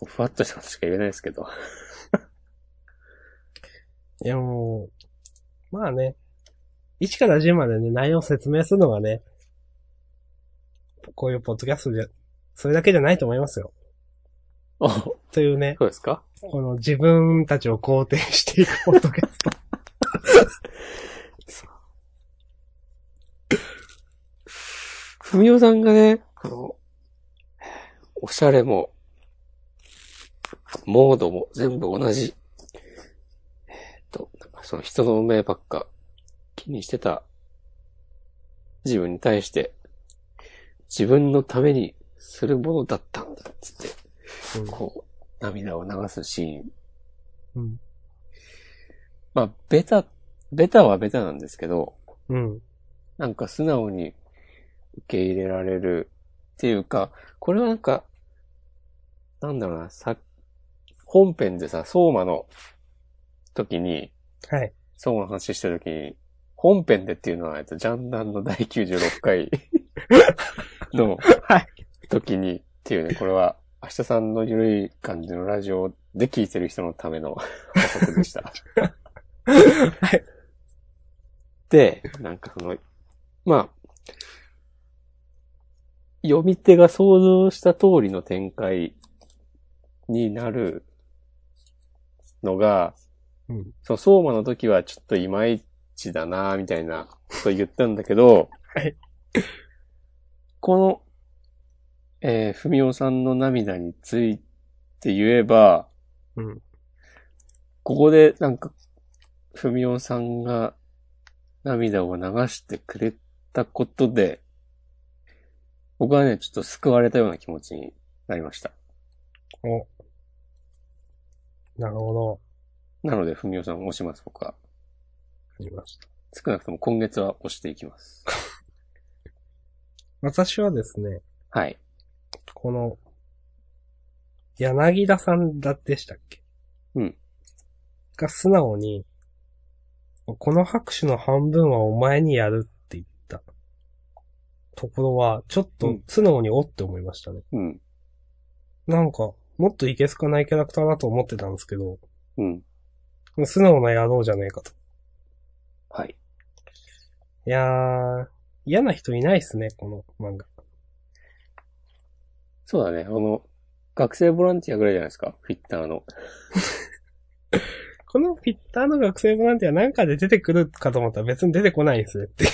Speaker 2: ふわっとしたことしか言えないですけど。
Speaker 1: いやもう、まあね、1から10までね、内容を説明するのがね、こういうポッドキャストじゃ、それだけじゃないと思いますよ。
Speaker 2: あ、 そ
Speaker 1: というね、
Speaker 2: うですか
Speaker 1: この自分たちを肯定していくポッドキャスト。
Speaker 2: ふみおさんがね、あの、おしゃれも、モードも全部同じ。えーっと、なんかその人の目ばっか気にしてた自分に対して、自分のためにするものだったんだ、つっ て、こう、涙を流すシーン。
Speaker 1: うん。
Speaker 2: まあ、ベタ、ベタはベタなんですけど、
Speaker 1: うん。
Speaker 2: なんか素直に受け入れられるっていうか、これはなんか、なんだろうな、さ、本編でさ、相馬の時に、
Speaker 1: はい。
Speaker 2: 相馬の話してる時に、本編でっていうのは、えっと、ジャンダンの第96回 の
Speaker 1: はい
Speaker 2: 時にっていうね、これは、明日さんのゆるい感じのラジオで聞いてる人のための補足でした。
Speaker 1: はい。
Speaker 2: で、なんかその、まあ、読み手が想像した通りの展開になるのが、
Speaker 1: うん
Speaker 2: その相馬の時はちょっといまいちだなみたいなこと言ったんだけど、
Speaker 1: はい
Speaker 2: この、えー、ふみおさんの涙について言えば、
Speaker 1: うん
Speaker 2: ここでなんか、ふみおさんが涙を流してくれたことで、僕はね、ちょっと救われたような気持ちになりました。
Speaker 1: お。なるほど。
Speaker 2: なので、ふみおさんを押します、僕は。
Speaker 1: ありました。
Speaker 2: 少なくとも今月は押してい きます。
Speaker 1: 私はですね、
Speaker 2: はい。
Speaker 1: この、柳田さんだでしたっけ
Speaker 2: うん。
Speaker 1: が素直に、この拍手の半分はお前にやるって言ったところは、ちょっ
Speaker 2: う
Speaker 1: と
Speaker 2: ん
Speaker 1: 素直におって思いましたね。
Speaker 2: うん。
Speaker 1: なんか、もっといけすかないキャラクターだと思ってたんですけど、
Speaker 2: うん。
Speaker 1: 素直な野郎じゃねえかと。
Speaker 2: はい。
Speaker 1: いやー、嫌な人いないっすね、この漫画。
Speaker 2: そうだね。あの、学生ボランティアぐらいじゃないですか。フィッターの。
Speaker 1: このフィッターの学生ボランティアなんかで出てくるかと思ったら別に出てこないんですねって。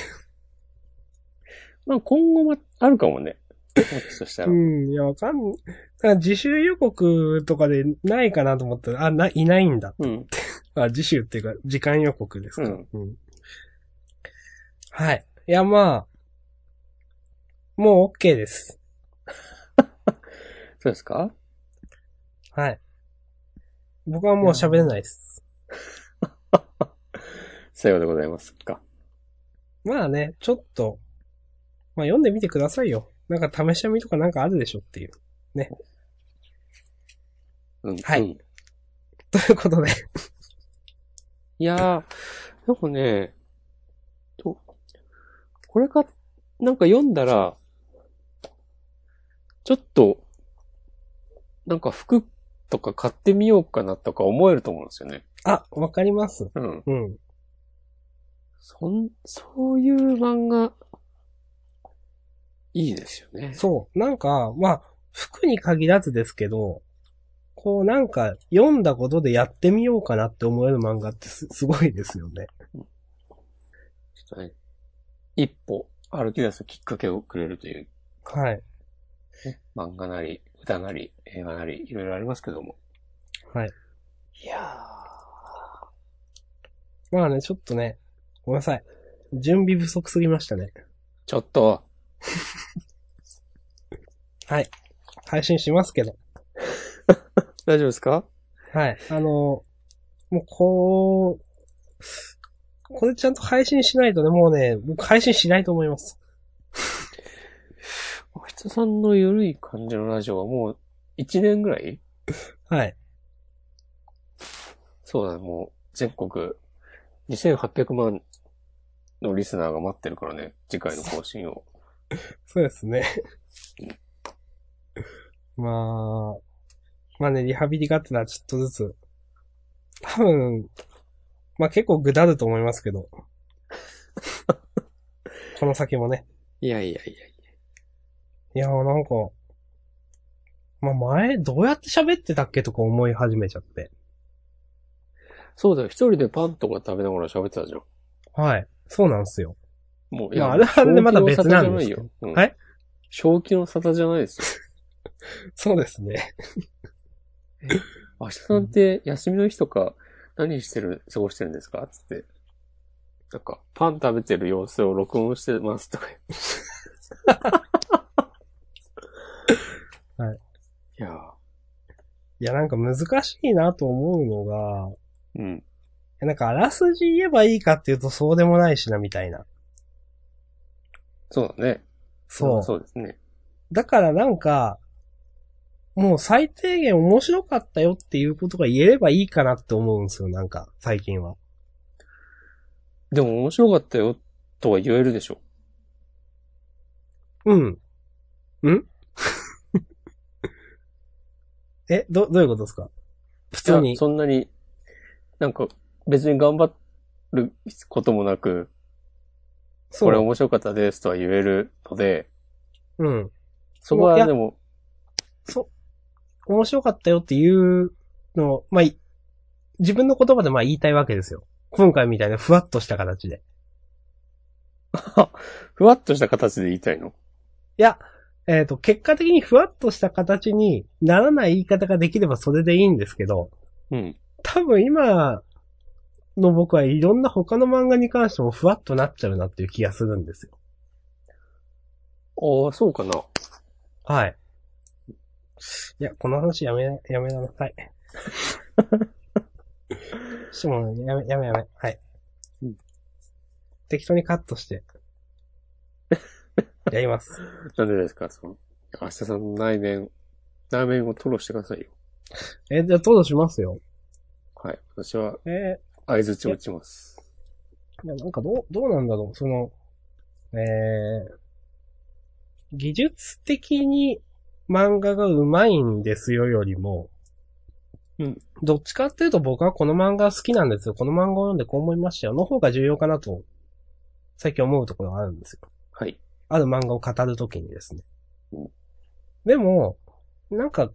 Speaker 2: まあ、今後もあるかもね。もしかした
Speaker 1: う
Speaker 2: ら。
Speaker 1: ん、いや、わかん、なんか自習予告とかでないかなと思ったら、あ、な、いないんだ。
Speaker 2: うん。
Speaker 1: あ、自習っていうか、時間予告ですか。
Speaker 2: うん
Speaker 1: うんはい。いや、まあ、もう OK です。
Speaker 2: そうですか
Speaker 1: はい。僕はもう喋れないです。
Speaker 2: さようでございますか。
Speaker 1: まあね、ちょっと、まあ読んでみてくださいよ。なんか試し読みとかなんかあるでしょっていう。
Speaker 2: うん。
Speaker 1: はい
Speaker 2: うん
Speaker 1: ということで、
Speaker 2: いやー、なんかね、と、これか、なんか読んだら、ちょっと、なんか服とか買ってみようかなとか思えると思うんですよね。
Speaker 1: あ、わかります。
Speaker 2: うん。
Speaker 1: うん。
Speaker 2: そん、そういう漫画、いいですよね。
Speaker 1: そう。なんか、まあ、服に限らずですけど、こうなんか読んだことでやってみようかなって思える漫画ってすすごいですよね。
Speaker 2: ちょっとね、一歩歩き出すきっかけをくれるという、
Speaker 1: はい。
Speaker 2: ね、漫画なり、歌なり、映画なり、いろいろありますけども。
Speaker 1: はい。
Speaker 2: いや
Speaker 1: まあね、ちょっとね、ごめんなさい。準備不足すぎましたね。
Speaker 2: ー、ちょっと、
Speaker 1: 配信しますけど。
Speaker 2: 大丈夫ですか
Speaker 1: はい。あの、もうこう、これちゃんと配信しないとね、もうね、僕配信しないと思います。
Speaker 2: おひつさんのゆるい感じのラジオはもう1年ぐらい
Speaker 1: はい。
Speaker 2: そうだね、もう全国2800万のリスナーが待ってるからね、次回の更新を。
Speaker 1: そうですね。 まあ、まあね、リハビリがあったらちょっとずつ、多分、まあ結構ぐだると思いますけ ど。この先もね。
Speaker 2: いやいやいや。
Speaker 1: いやーなんか、まあ前、どうやって喋ってたっけとか思い始めちゃって。
Speaker 2: そうだよ、一人でパンとか食べながら喋ってたじゃん。
Speaker 1: はい。そうなんですよ。
Speaker 2: もう、
Speaker 1: まああれはあれでまだ別なんですけど
Speaker 2: 正気の沙汰じゃな
Speaker 1: はい
Speaker 2: いよ。正気の沙汰じゃないですよ。
Speaker 1: そうですね。
Speaker 2: 明日さんって休みの日とか何してる、過ごしてるんですかつって。なんか、パン食べてる様子を録音してますとか。
Speaker 1: はい。
Speaker 2: いや
Speaker 1: いや、なんか難しいなと思うのが、
Speaker 2: ーうん。
Speaker 1: えなんかあらすじ言えばいいかっていうとそうでもないしな、みたいな。
Speaker 2: そうだね。
Speaker 1: そう。
Speaker 2: そうですね。
Speaker 1: だからなんか、もう最低限面白かったよっていうことが言えればいいかなって思うんですよ、なんか、最近は。
Speaker 2: でも面白かったよとは言えるでしょ。
Speaker 1: うん。ん え、ど、どういうことですか普
Speaker 2: いや
Speaker 1: 通に。
Speaker 2: そんなに、なんか別に頑張ることもなく、
Speaker 1: そ
Speaker 2: これ
Speaker 1: う。
Speaker 2: 面白かったですとは言えるので、
Speaker 1: うん。
Speaker 2: そこはい
Speaker 1: や
Speaker 2: でも、
Speaker 1: 面白かったよっていうのを、まあ、い自分の言葉でまあ言いたいわけですよ。今回みたいなふわっとした形で。
Speaker 2: ふわっとした形で言いたいの。
Speaker 1: いや、えっ、と、結果的にふわっとした形にならない言い方ができればそれでいいんですけど、
Speaker 2: うん。
Speaker 1: 多分今の僕はいろんな他の漫画に関してもふわっとなっちゃうなっていう気がするんですよ。
Speaker 2: ああ、そうかな。
Speaker 1: はい。いや、この話やめ、やめな さい。しもうやめ、やめやめ。はい
Speaker 2: うん。
Speaker 1: 適当にカット して。やります。
Speaker 2: なんでですかその、明日さんの内面、内面を吐露してくださいよ。
Speaker 1: え、じゃあ、どうしますよ。
Speaker 2: はい。私は、
Speaker 1: えー、
Speaker 2: 合図を打ちます。
Speaker 1: いや、なんかどう、どうなんだろう、その、えー、技術的に漫画が上手いんですよよりも、
Speaker 2: うん。
Speaker 1: どっちかっていうと僕はこの漫画好きなんですよ。この漫画を読んでこう思いましたよ。の方が重要かなと、最近思うところがあるんですよ。
Speaker 2: はい。
Speaker 1: ある漫画を語るときにですね
Speaker 2: うん。
Speaker 1: でも、なんか、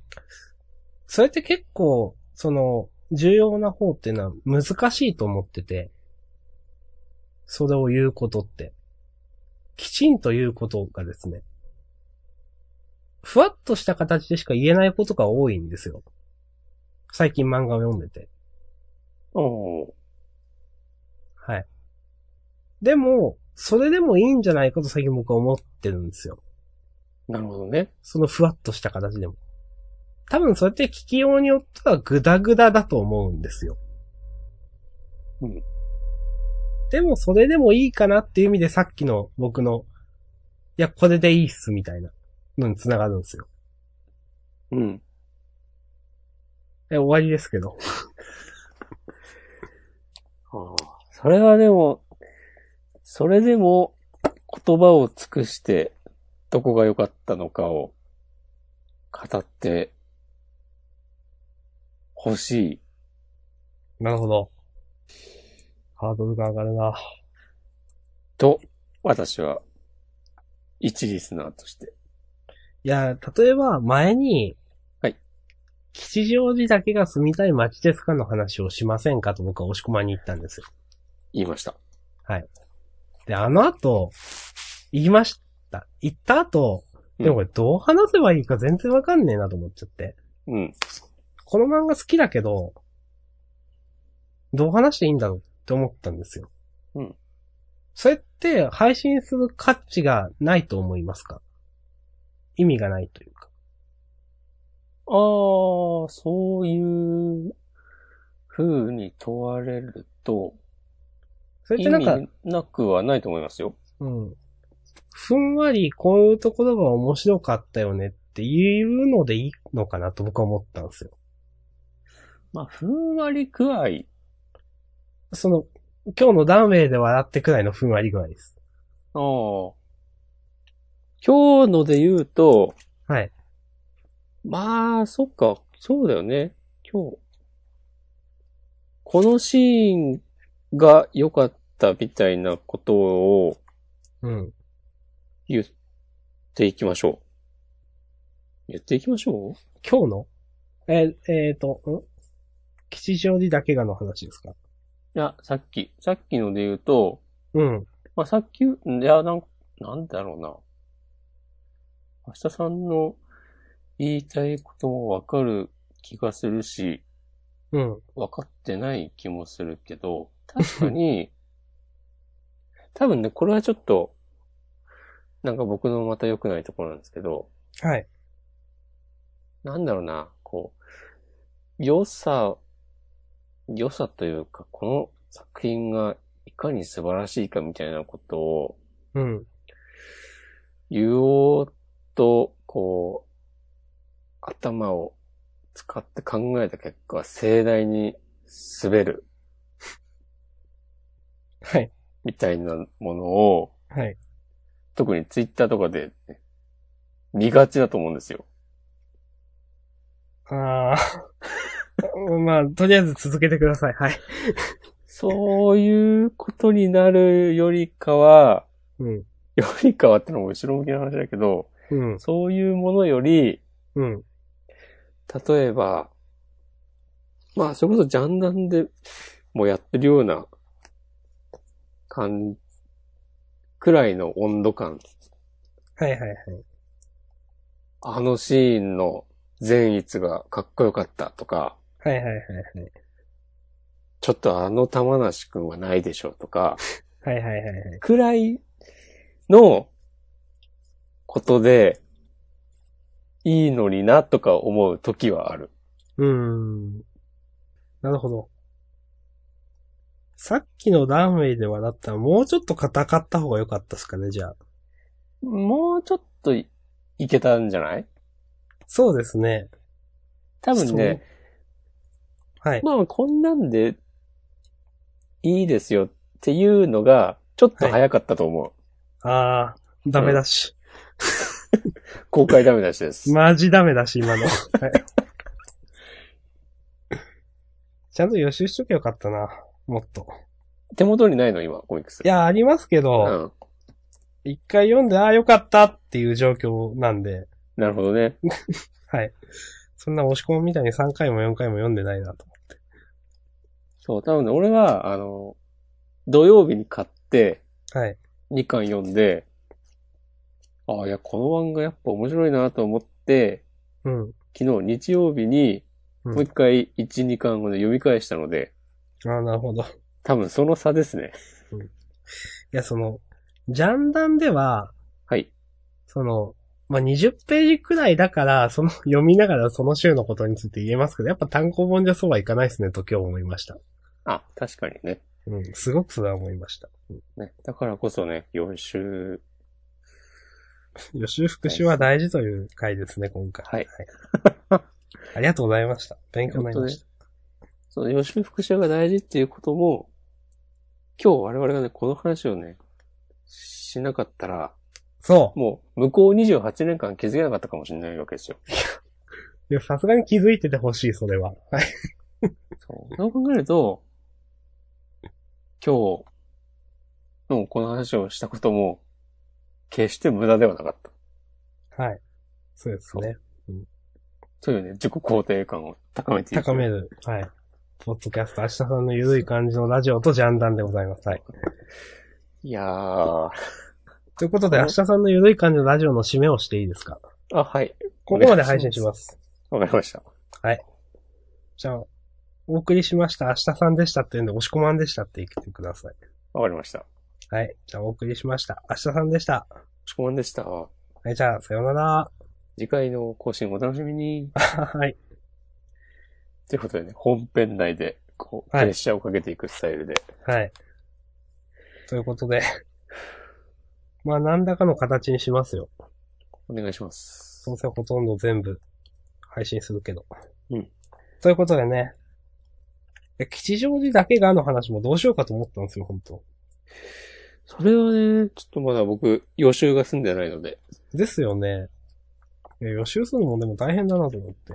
Speaker 1: それって結構、その、重要な方っていうのは難しいと思ってて、それを言うことって。きちんと言うことがですね、ふわっとした形でしか言えないことが多いんですよ。最近漫画を読んでて。
Speaker 2: おお
Speaker 1: はい。でも、それでもいいんじゃないかと最近僕は思ってるんですよ。
Speaker 2: ーなるほどね。
Speaker 1: そのふわっとした形でも。多分それって聞きようによってはグダグダだと思うんですよ。
Speaker 2: うん。
Speaker 1: でもそれでもいいかなっていう意味でさっきの僕の、いや、これでいいっすみたいなのに繋がるんですよ。
Speaker 2: うん。
Speaker 1: え、終わりですけど。
Speaker 2: ああ。それはでも、それでも、言葉を尽くして、どこが良かったのかを、語って、欲しい。
Speaker 1: なるほど。ハードルが上がるな。
Speaker 2: と、私は、一リスナーとして。
Speaker 1: いや、例えば前に、
Speaker 2: はい。
Speaker 1: 吉祥寺だけが住みたい街ですかの話をしませんかと僕は押し込まに行ったんですよ
Speaker 2: 言いました。
Speaker 1: で、あの後、言いました。言った後、
Speaker 2: うん
Speaker 1: でもこれどう話せばいいか全然わかんねえなと思っちゃって。
Speaker 2: うん。
Speaker 1: この漫画好きだけど、どう話していいんだろうって思ったんですよ。
Speaker 2: うん。
Speaker 1: それって配信する価値がないと思いますか意味がないというか。
Speaker 2: ああ、そういう風に問われると、
Speaker 1: それっ
Speaker 2: 意
Speaker 1: てなんか、
Speaker 2: 味なくはないと思いますよ。
Speaker 1: うん。ふんわりこういうところが面白かったよねっていうのでいいのかなと僕は思ったんですよ。
Speaker 2: まあ、ふんわり具合。
Speaker 1: その、今日のダンウェイで笑ってくらいのふんわり具合です。
Speaker 2: ああ。今日ので言うと、
Speaker 1: はい。
Speaker 2: まあ、そっか、そうだよね。今日。このシーンが良かったみたいなことを
Speaker 1: うん。
Speaker 2: 言っていきましょう。言っていきましょう
Speaker 1: 今日のえー、えーと、ん吉祥寺だけがの話ですか
Speaker 2: いや、さっき、さっきので言うと、
Speaker 1: うん。
Speaker 2: まあ、さっき、いや、なん、なんだろうな。明日さんの言いたいこともわかる気がするし、
Speaker 1: うん。
Speaker 2: 分かってない気もするけど、確か に、多分ね、これはちょっと、なんか僕のまた良くないところなんですけど、
Speaker 1: はい。
Speaker 2: なんだろうな、こう、良さ、良さというか、この作品がいかに素晴らしいかみたいなことを
Speaker 1: うん。
Speaker 2: 言おうと、こう、頭を使って考えた結果、盛大に滑る
Speaker 1: はい。
Speaker 2: みたいなものを、
Speaker 1: はい。
Speaker 2: 特にツイッターとかで、ね、見がちだと思うんですよ。
Speaker 1: あー。 まあ、とりあえず続けてください。はい。
Speaker 2: そういうことになるよりかは、
Speaker 1: うん。
Speaker 2: よりかはってのも後ろ向きな話だけど、
Speaker 1: うん。
Speaker 2: そういうものより、
Speaker 1: うん。
Speaker 2: 例えば、まあ、それこそジャンダンでもやってるような感、くらいの温度感。
Speaker 1: はいはいはい。
Speaker 2: あのシーンの善逸がかっこよかったとか、
Speaker 1: はいはいはいはい。
Speaker 2: ちょっとあの玉梨くんはないでしょうとか、
Speaker 1: はいはいはいはい。
Speaker 2: くらいのことで、いいのになとか思う時はある。
Speaker 1: うーん。なるほど。さっきのランウェイではだったらもうちょっと戦った方が良かったですかね、じゃあ。
Speaker 2: もうちょっといいけたんじゃない
Speaker 1: そうですね。
Speaker 2: 多分ね、
Speaker 1: はい。
Speaker 2: まあこんなんでいいですよっていうのが、ちょっと早かったと思う。
Speaker 1: あー、ダメだし。
Speaker 2: 公開ダメ出しです。
Speaker 1: マジダメだし、今 の。はいちゃんと予習しときゃよかったな。もっと。
Speaker 2: 手元にないの今、コミックス。
Speaker 1: いや、ありますけ
Speaker 2: う
Speaker 1: ど、
Speaker 2: ん。
Speaker 1: 一、回読んで、ああ、よかったっていう状況なんで、
Speaker 2: なるほどね。
Speaker 1: はい。そんな押し込みみたいに3回も4回も読んでないなと。
Speaker 2: そう、多分ね、俺は、あの、土曜日に買って、
Speaker 1: はい。
Speaker 2: 2巻読んで、ああ、いや、この漫画やっぱ面白いなと思って、
Speaker 1: うん。
Speaker 2: 昨日日曜日に、
Speaker 1: うん
Speaker 2: もう一回1、2巻後で読み返したので、
Speaker 1: ああ、なるほど。い
Speaker 2: 多分その差ですね。
Speaker 1: や、その、ジャンダンでは、
Speaker 2: はい。
Speaker 1: その、まあ、20ページくらいだから、その、 読みながらその週のことについて言えますけど、やっぱ単行本じゃそうはいかないですね、と今日思いました。
Speaker 2: あ、確かにね。
Speaker 1: うん、すごくそれは思いました。
Speaker 2: ね。だからこそね、4週、
Speaker 1: 予習復習は大事という回ですね、今回。
Speaker 2: はい。
Speaker 1: ありがとうございました。勉強になりました。
Speaker 2: その予習復習が大事っていうことも、今日我々がね、この話をね、しなかったら、
Speaker 1: そ
Speaker 2: もう向こう28年間気づけなかったかもしれないわけですよ。
Speaker 1: う。いや、さすがに気づいててほしい、それは。はい。
Speaker 2: そう。そう考えると、今日のこの話をしたことも、決して無駄ではなかった。
Speaker 1: はい。そうですね。
Speaker 2: というね、自己肯定感を高めていく
Speaker 1: 高める。はい。ポッドキャスト、明日さんのゆるい感じのラジオとジャンダンでございます。はい。
Speaker 2: いやー。あ、
Speaker 1: ということで、明日さんのゆるい感じのラジオの締めをしていいですか
Speaker 2: はい。
Speaker 1: ここまで配信します。
Speaker 2: わかりました。
Speaker 1: じゃあ、お送りしました。明日さんでしたっていうんで、押し込まんでしたって言ってください。
Speaker 2: わかりました。
Speaker 1: はい。じゃあ、お送りしました。明日さんでした。
Speaker 2: しこまんでした。
Speaker 1: はい、じゃあ、さようなら。
Speaker 2: 次回の更新お楽しみ に。
Speaker 1: はい。
Speaker 2: ということでね、本編内で、こう、プ
Speaker 1: はい
Speaker 2: レッシャーをかけていくスタイルで。
Speaker 1: はい。ということで。 まあ、何らかの形にしますよ。
Speaker 2: お願いします。
Speaker 1: どうせほとんど全部配信するけど。
Speaker 2: うん。
Speaker 1: ということでね。え吉祥寺だけがの話もどうしようかと思ったんですよ、本当
Speaker 2: それはね、ちょっとまだ僕、予習が済んでないので、
Speaker 1: ですよね。いや予習するのもでも大変だなと思って。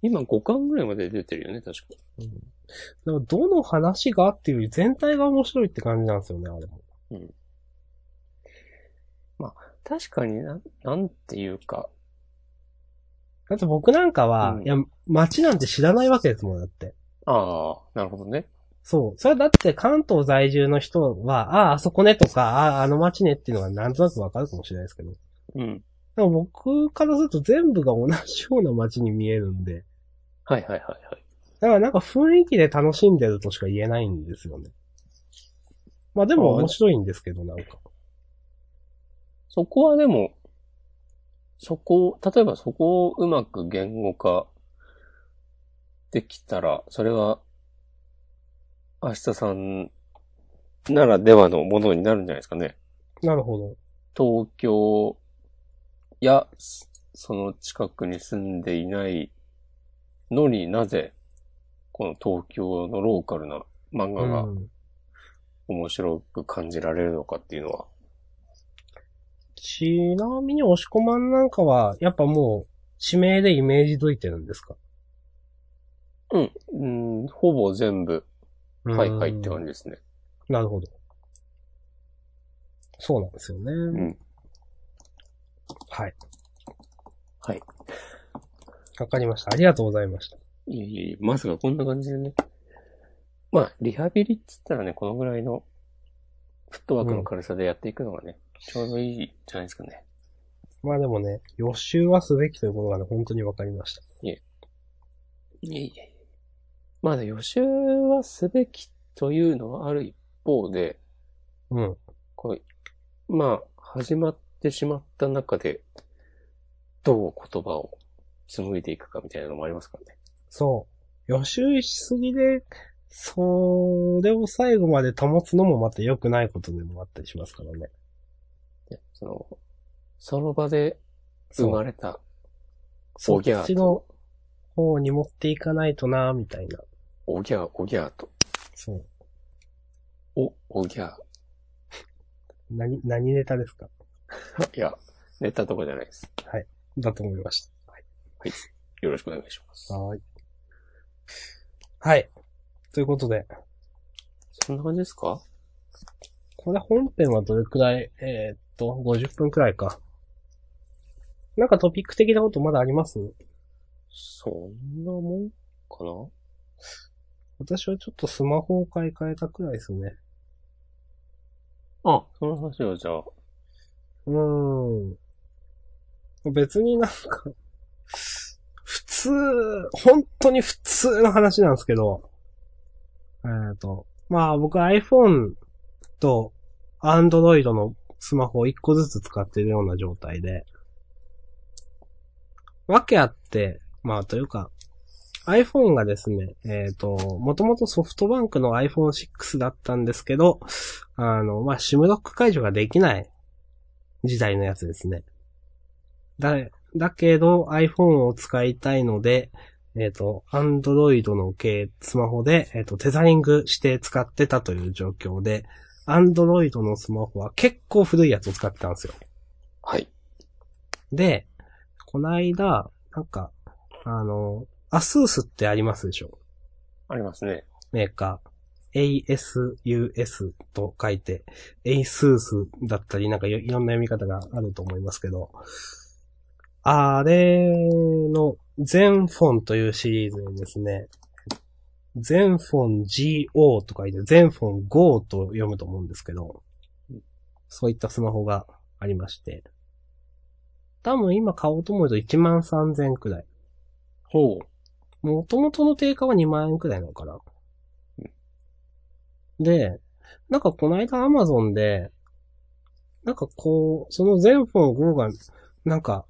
Speaker 2: 今5巻ぐらいまで出てるよね、確か。
Speaker 1: でもどの話がっていうより全体が面白いって感じなんですよね、あれも。
Speaker 2: 確かになん、なんていうか。
Speaker 1: だって僕なんかは、
Speaker 2: うん
Speaker 1: いや、街なんて知らないわけですもん、だって。
Speaker 2: ああ、なるほどね。
Speaker 1: そう。それはだって関東在住の人は、ああ、あそこねとか、ああ、あの街ねっていうのがなんとなくわかるかもしれないですけど。
Speaker 2: うん。
Speaker 1: でも僕からすると全部が同じような街に見えるんで。
Speaker 2: はいはいはいはい。
Speaker 1: だからなんか雰囲気で楽しんでるとしか言えないんですよね。まあでも面白いんですけど、なんか。
Speaker 2: そこはでも、そこ、例えばそこをうまく言語化できたら、それは、明日さんならではのものになるんじゃないですかね。
Speaker 1: なるほど。
Speaker 2: 東京や、そその近くに住んでいないのになぜ、この東京のローカルな漫画が
Speaker 1: うん
Speaker 2: 面白く感じられるのかっていうのは。
Speaker 1: ちなみに押し込まんなんかは、やっぱもう、地名でイメージづいてるんですか
Speaker 2: うん、うんほぼ全部、はいはいって感
Speaker 1: じ。
Speaker 2: じですね。
Speaker 1: なるほど。そうなんですよね。
Speaker 2: ん
Speaker 1: はい。
Speaker 2: はい。
Speaker 1: わかりました。ありがとうございました。
Speaker 2: いえいえいえ、まさかこんな感じでね。まあ、リハビリって言ったらね、このぐらいのフットワークの軽さでやっていくのがね、ちょうどいいじゃないですかね。
Speaker 1: まあでもね、予習はすべきということがね、本当にわかりました。
Speaker 2: いえいえいえ。まあね、予習はすべきというのはある一方で、
Speaker 1: うん。
Speaker 2: こう、まあ、始まってしまった中で、どう言葉を紡いでいくかみたいなのもありますからね。
Speaker 1: そう。予習しすぎで、それを最後まで保つのもまた良くないことでもあったりしますからね。
Speaker 2: ねその、その場で
Speaker 1: そ
Speaker 2: 生
Speaker 1: う
Speaker 2: まれた、
Speaker 1: そ
Speaker 2: お
Speaker 1: っ
Speaker 2: ぎゃー
Speaker 1: ち
Speaker 2: と
Speaker 1: の、方に持っていかないとな、みたいな。
Speaker 2: おぎゃー、おぎゃーと、
Speaker 1: そう。
Speaker 2: お、おぎゃ
Speaker 1: 何、何ネタですか
Speaker 2: ー。いや、ネタとかじゃないです。
Speaker 1: だと思いまし
Speaker 2: よろしくお願いします
Speaker 1: た。。はい。はい。ということで、
Speaker 2: そんな感じですか
Speaker 1: これ本編はどれくらい、えーっと、50分くらいか。なんかトピック的なことまだあります
Speaker 2: そんなもんかな
Speaker 1: 私はちょっとスマホを買い替えたくらいですね。
Speaker 2: あ、その話はじゃあ、
Speaker 1: うーん。別になんか、普通、本当に普通の話なんですけど、えっ、と、まあ僕は iPhone と Android のスマホを1個ずつ使ってるような状態で、わけあって、まあというか、iPhone がですね、えっ、と、もともとソフトバンクの iPhone6 だったんですけど、あの、まあ、シムロック解除ができない時代のやつですね。だ、だけど iPhone を使いたいので、えっ、と、Android の系スマホで、えっ、と、テザリングして使ってたという状況で、Android のスマホは結構古いやつを使ってたんですよ。
Speaker 2: はい。
Speaker 1: で、こないだ、なんか、あの、アスースってありますでしょ
Speaker 2: ありますね。
Speaker 1: メーカー、ASUS と書いて、ASUS だったり、なんかいろいろんな読み方があると思いますけど、あれの全フォンというシリーズにですね、全フォン GO と書いて、全フォン GO と読むと思うんですけど、そういったスマホがありまして、多分今買おうと思うと1万3000くらい。
Speaker 2: ほう。
Speaker 1: 元々の定価は2万円くらいなのかな。で、なんかこの間アマゾンで、なんかこう、その全フォン5が、なんか、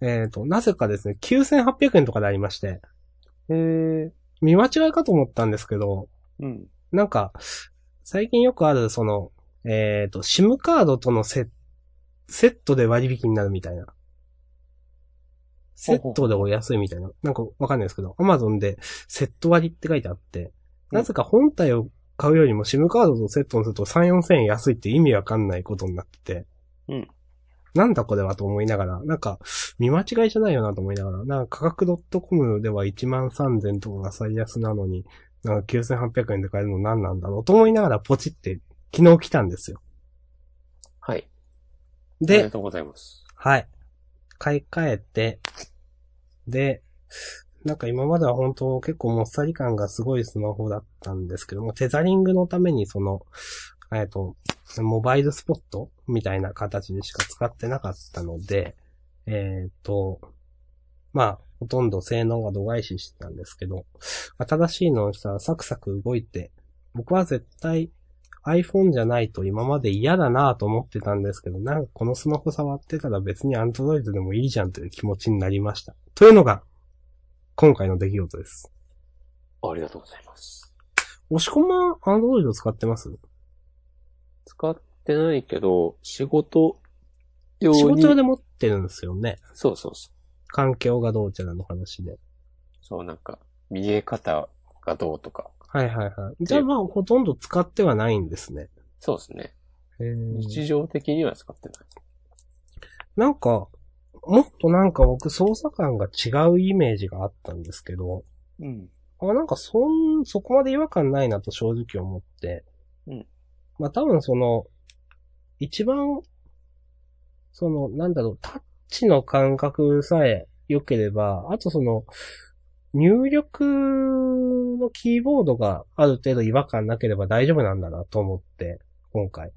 Speaker 1: えっ、と、なぜかですね、9800円とかでありまして、
Speaker 2: へえ。
Speaker 1: 見間違いかと思ったんですけど、
Speaker 2: うん。
Speaker 1: なんか、最近よくある、その、えっ、と、シムカードとのセット、セットで割引になるみたいな。セットでお安いみたいな。なんかわかんないですけど、アマゾンでセット割って書いてあって、
Speaker 2: うん
Speaker 1: なぜか本体を買うよりもシムカードとセットにすると3、4千円安いって意味わかんないことになってて。
Speaker 2: うん。
Speaker 1: なんだこれはと思いながら、なんか、見間違いじゃないよなと思いながら、なんか価格 .com では1万3000とかが最安なのに、なんか9800円で買えるの何なんだろうと思いながらポチって昨日来たんですよ。
Speaker 2: はい。ありが
Speaker 1: で、
Speaker 2: とうございます。
Speaker 1: はい。買い替えて、で、なんか今までは本当結構もっさり感がすごいスマホだったんですけども、テザリングのためにその、えっと、モバイルスポットみたいな形でしか使ってなかったので、えっと、まあ、ほとんど性能が度外視してたんですけど、新しいのをしたらサクサク動いて、僕は絶対 iPhone じゃないと今まで嫌だなぁと思ってたんですけど、なんかこのスマホ触ってたら別に Android でもいいじゃんという気持ちになりました。というのが、今回の出来事です。
Speaker 2: ありがとうございます。
Speaker 1: 押し込ま、Android を使ってます
Speaker 2: 使ってないけど、仕事用に。
Speaker 1: 仕事用で持ってるんですよね。
Speaker 2: そうそうそう。
Speaker 1: 環境がどうちゃらの話で。
Speaker 2: そう、なんか、見え方がどうとか。
Speaker 1: はいはいはい。じゃあまあほとんど使ってはないんですね。
Speaker 2: そうですね。
Speaker 1: へ
Speaker 2: 日常的には使ってない。
Speaker 1: なんか、もっとなんか僕操作感が違うイメージがあったんですけど、
Speaker 2: うん。
Speaker 1: あ、なんかそん、そこまで違和感ないなと正直思って。
Speaker 2: うん。
Speaker 1: まあ多分その、一番、その、なんだろう、タッチの感覚さえ良ければ、あとその、入力のキーボードがある程度違和感なければ大丈夫なんだなと思って、今回。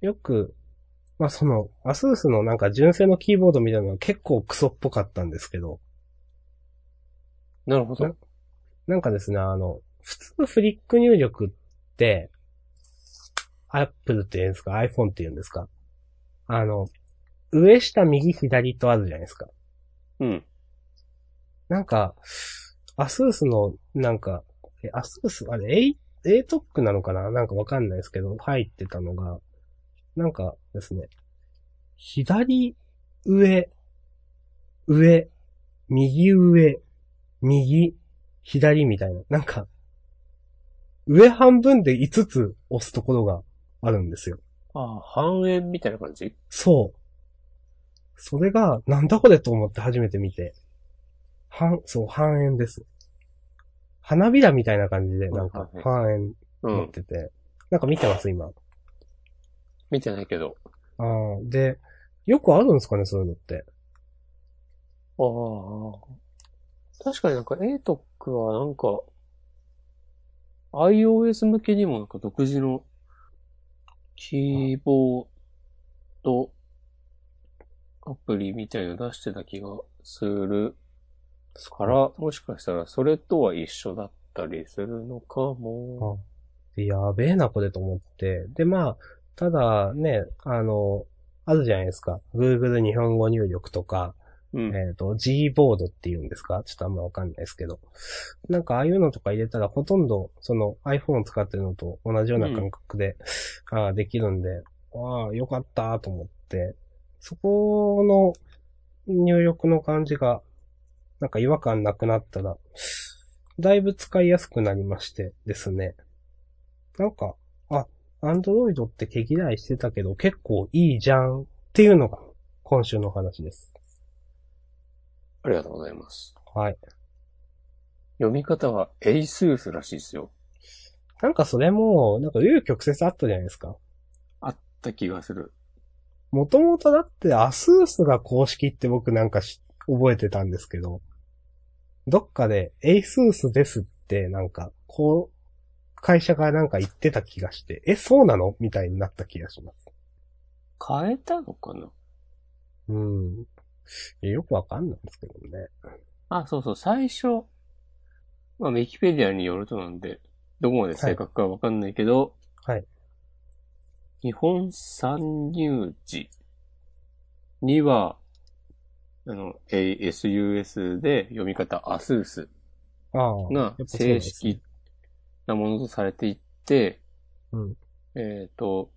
Speaker 1: よく、まあその、アスースのなんか純正のキーボードみたいなのは結構クソっぽかったんですけど、
Speaker 2: なるほど。
Speaker 1: なんかですね、あの、普通フリック入力って、Apple って言うんですか ?iPhone って言うんですかあの、上下右左とあるじゃないですか。
Speaker 2: うん。
Speaker 1: なんか、アスースの、なんか、えアスース、あれ、A、ATOC なのかななんかわかんないですけど、入ってたのが、なんかですね、左上、上、右上、右、左みたいな、なんか、上半分で5つ押すところがあるんですよ。
Speaker 2: ああ、半円みたいな感じ
Speaker 1: そう。それが、なんだこれと思って初めて見て。半、そう、半円です。花びらみたいな感じで、なんか
Speaker 2: はい、
Speaker 1: 半円
Speaker 2: う
Speaker 1: 持っ
Speaker 2: ん。
Speaker 1: てて。なんか見てます、今。
Speaker 2: 見てないけど。
Speaker 1: あーで、よくあるんですかね、そういうのって。
Speaker 2: ああ。確かになんか ATOC はなんか、iOS 向けにもなんか独自のキーボードアプリみたいなの出してた気がするから、もしかしたらそれとは一緒だったりするのかも。
Speaker 1: でやべえな、これと思って。で、まあ、ただね、あの、あるじゃないですか。Google 日本語入力とか、
Speaker 2: うん。
Speaker 1: えっ、と、G ボードって言うんですかちょっとあんまわかんないですけど。なんかああいうのとか入れたらほとんどその iPhone を使ってるのと同じような感覚で、あーできるんで、ああ、よかったと思って、そこの入力の感じが、なんか違和感なくなったら、だいぶ使いやすくなりましてですね。なんか、あ、Android って毛嫌いしてたけど結構いいじゃんっていうのが今週の話です。
Speaker 2: ありがとうございます。
Speaker 1: はい。
Speaker 2: 読み方は ASUS らしいですよ。
Speaker 1: なんかそれも、なんか紆余曲折あったじゃないですか。
Speaker 2: あった気がする。
Speaker 1: もともとだってアスースが公式って僕なんかし覚えてたんですけど、どっかでエイスースですってなんか、こう、会社がなんか言ってた気がして、え、そうなのみたいになった気がします。
Speaker 2: 変えたのかな
Speaker 1: うん。いやよくわかんないんですけどね。
Speaker 2: あ、そうそう、最初、まあ、ウィキペディアによるとなんで、どこまで正確かわかんないけど、
Speaker 1: はい。
Speaker 2: 日本参入時には、あの、ASUS で読み方 ASUS
Speaker 1: ああ。や
Speaker 2: が
Speaker 1: っぱそうなん
Speaker 2: 正
Speaker 1: ですね
Speaker 2: 式なものとされていって、
Speaker 1: うん
Speaker 2: えっ、と、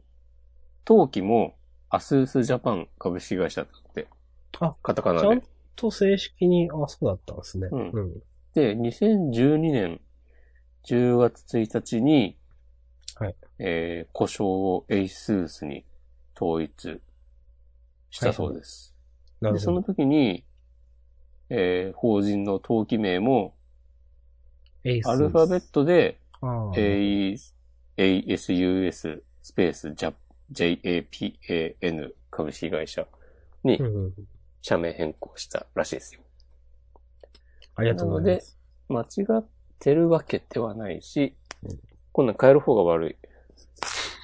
Speaker 2: 当期も ASUS ジャパン株式会社だって、
Speaker 1: あ
Speaker 2: カタカナ
Speaker 1: ちゃ
Speaker 2: で
Speaker 1: ん。と正式に、あ、そうだったんですね。
Speaker 2: うん
Speaker 1: うん。
Speaker 2: で、2012年10月1日に、
Speaker 1: はい
Speaker 2: えー、故障を ASUS に統一したそうです。
Speaker 1: なる
Speaker 2: で、そ
Speaker 1: ほ
Speaker 2: の
Speaker 1: ど。
Speaker 2: 時に、えー、法人の登記名も
Speaker 1: エイス。
Speaker 2: アルファベットで、
Speaker 1: あー
Speaker 2: A- ASUS スペースジャ JAPAN 株式会社に
Speaker 1: うんうん。
Speaker 2: 社名変更したらしいですよ。
Speaker 1: ありがとうございます。
Speaker 2: 間違ってるわけではないし、こんなん変える方が悪い。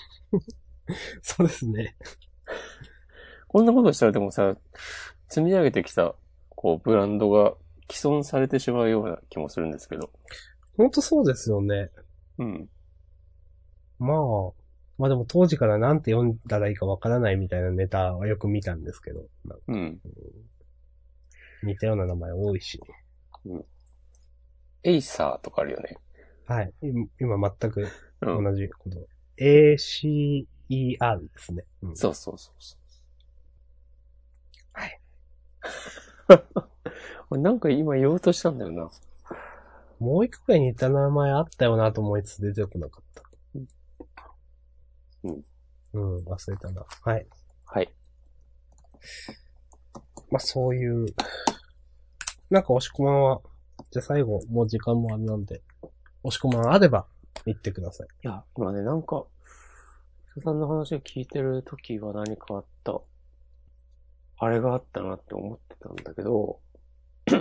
Speaker 1: そうですね。
Speaker 2: こんなことしたらでもさ、積み上げてきた、こう、ブランドが既存されてしまうような気もするんですけど。
Speaker 1: ほんとそうですよね。
Speaker 2: うん。
Speaker 1: まあ、まあでも当時からなんて読んだらいいかわからないみたいなネタはよく見たんですけど、まあ
Speaker 2: うん。
Speaker 1: 似たような名前多いし。
Speaker 2: エイサーとかあるよね。
Speaker 1: はい。今今全く
Speaker 2: う
Speaker 1: 同
Speaker 2: ん。
Speaker 1: じこと。ACER ですね。うん
Speaker 2: そうそうそうそう。。
Speaker 1: はい
Speaker 2: 俺なんか今言おうとしたんだよな。
Speaker 1: もう一個ぐらい似た名前あったよなと思いつつ出てこなかった。
Speaker 2: うん。
Speaker 1: うん、忘れたな。はい。
Speaker 2: はい。
Speaker 1: まあそういう。なんか押し込まんは、じゃあ最後、もう時間もあれなんで、押し込まんあれば、言ってください。
Speaker 2: いや、今ね、なんか、人さんの話を聞いてる時は何かあった、あれがあったなって思ってたんだけど、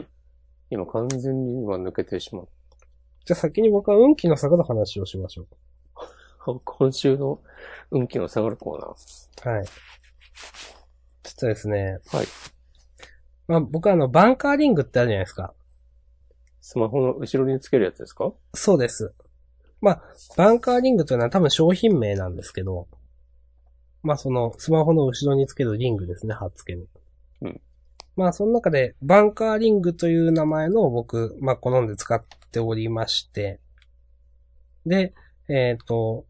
Speaker 2: 今完全に今抜けてしまっ
Speaker 1: じゃあ先に僕は運気の差がの話をしましょ
Speaker 2: た。 今週の運気の下がるコーナー。
Speaker 1: う。はい。ちょっとですね。
Speaker 2: はい。
Speaker 1: まあ僕はあの、バンカーリングってあるじゃないですか。
Speaker 2: スマホの後ろにつけるやつですか
Speaker 1: そうです。まあ、バンカーリングというのは多分商品名なんですけど、まあその、スマホの後ろにつけるリングですね、貼っつける。
Speaker 2: うん。
Speaker 1: まあその中で、バンカーリングという名前のを僕、まあ好んで使っておりまして、で、えっ、と、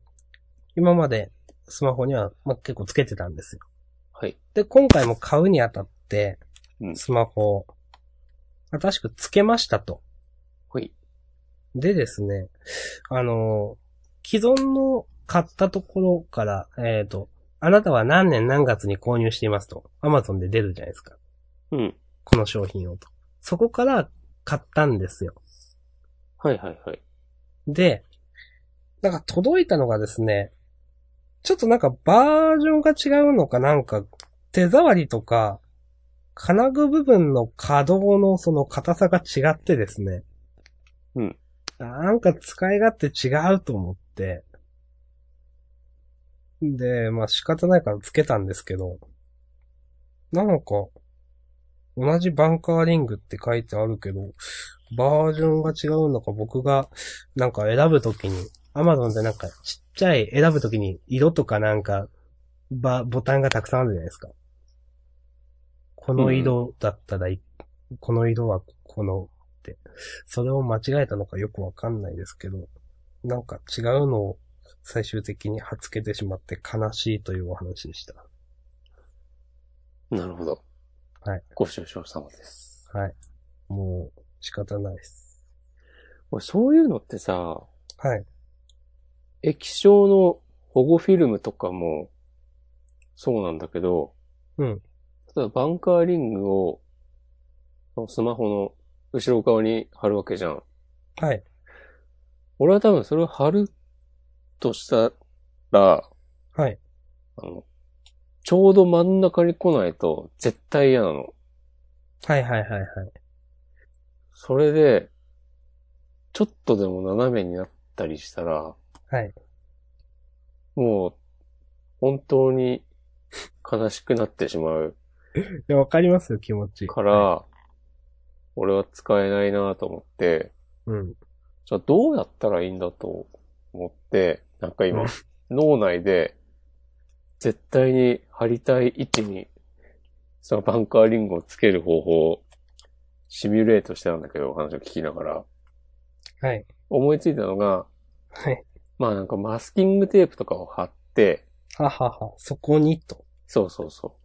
Speaker 1: 今までスマホには、まあ、結構つけてたんですよ。
Speaker 2: はい。
Speaker 1: で、今回も買うにあたって
Speaker 2: う、ん
Speaker 1: スマホを、新しくつけましたと。
Speaker 2: はい。
Speaker 1: でですね、あの、既存の買ったところから、えっ、と、あなたは何年何月に購入していますと、Amazon で出るじゃないですか。
Speaker 2: うん。
Speaker 1: この商品をと。そこから買ったんですよ。
Speaker 2: はいはいはい。
Speaker 1: で、なんか届いたのがですね、ちょっとなんかバージョンが違うのかなんか、手触りとか、金具部分の可動のその硬さが違ってですね。
Speaker 2: うん。
Speaker 1: なんか使い勝手違うと思って。で、まあ仕方ないからつけたんですけど、なんか、同じバンカーリングって書いてあるけど、バージョンが違うのか僕がなんか選ぶときに、アマゾンでなんかちっちゃい選ぶときに色とかなんか、ば、ボタンがたくさんあるじゃないですか。この色だったらい、この色はこのって。それを間違えたのかよくわかんないですけど、なんか違うのを最終的に貼っつけてしまって悲しいというお話でした。
Speaker 2: なるほど。
Speaker 1: はい。
Speaker 2: ご愁傷様です。
Speaker 1: はい。もう仕方ないです。
Speaker 2: 俺そういうのってさ、
Speaker 1: はい。
Speaker 2: 液晶の保護フィルムとかも、そうなんだけど、
Speaker 1: うん。
Speaker 2: 例えばバンカーリングを、そのスマホの後ろ側に貼るわけじゃん。
Speaker 1: はい。
Speaker 2: 俺は多分それを貼るとしたら、
Speaker 1: はい。
Speaker 2: あの、ちょうど真ん中に来ないと絶対嫌なの。
Speaker 1: はいはいはいはい。
Speaker 2: それで、ちょっとでも斜めになったりしたら、
Speaker 1: はい。
Speaker 2: もう、本当に悲しくなってしまう
Speaker 1: いや、わかりますよ、気持ち。
Speaker 2: から、俺は使えないなと思って、
Speaker 1: うん。
Speaker 2: じゃあどうやったらいいんだと思って、なんか
Speaker 1: う
Speaker 2: 今
Speaker 1: ん、
Speaker 2: 脳内で、絶対に貼りたい位置に、そのバンカーリングをつける方法を、シミュレートしてたんだけど、お話を聞きながら。
Speaker 1: はい。
Speaker 2: 思いついたのが、
Speaker 1: はい。
Speaker 2: まあなんかマスキングテープとかを貼って、
Speaker 1: ははは、そこにと。
Speaker 2: そうそうそう。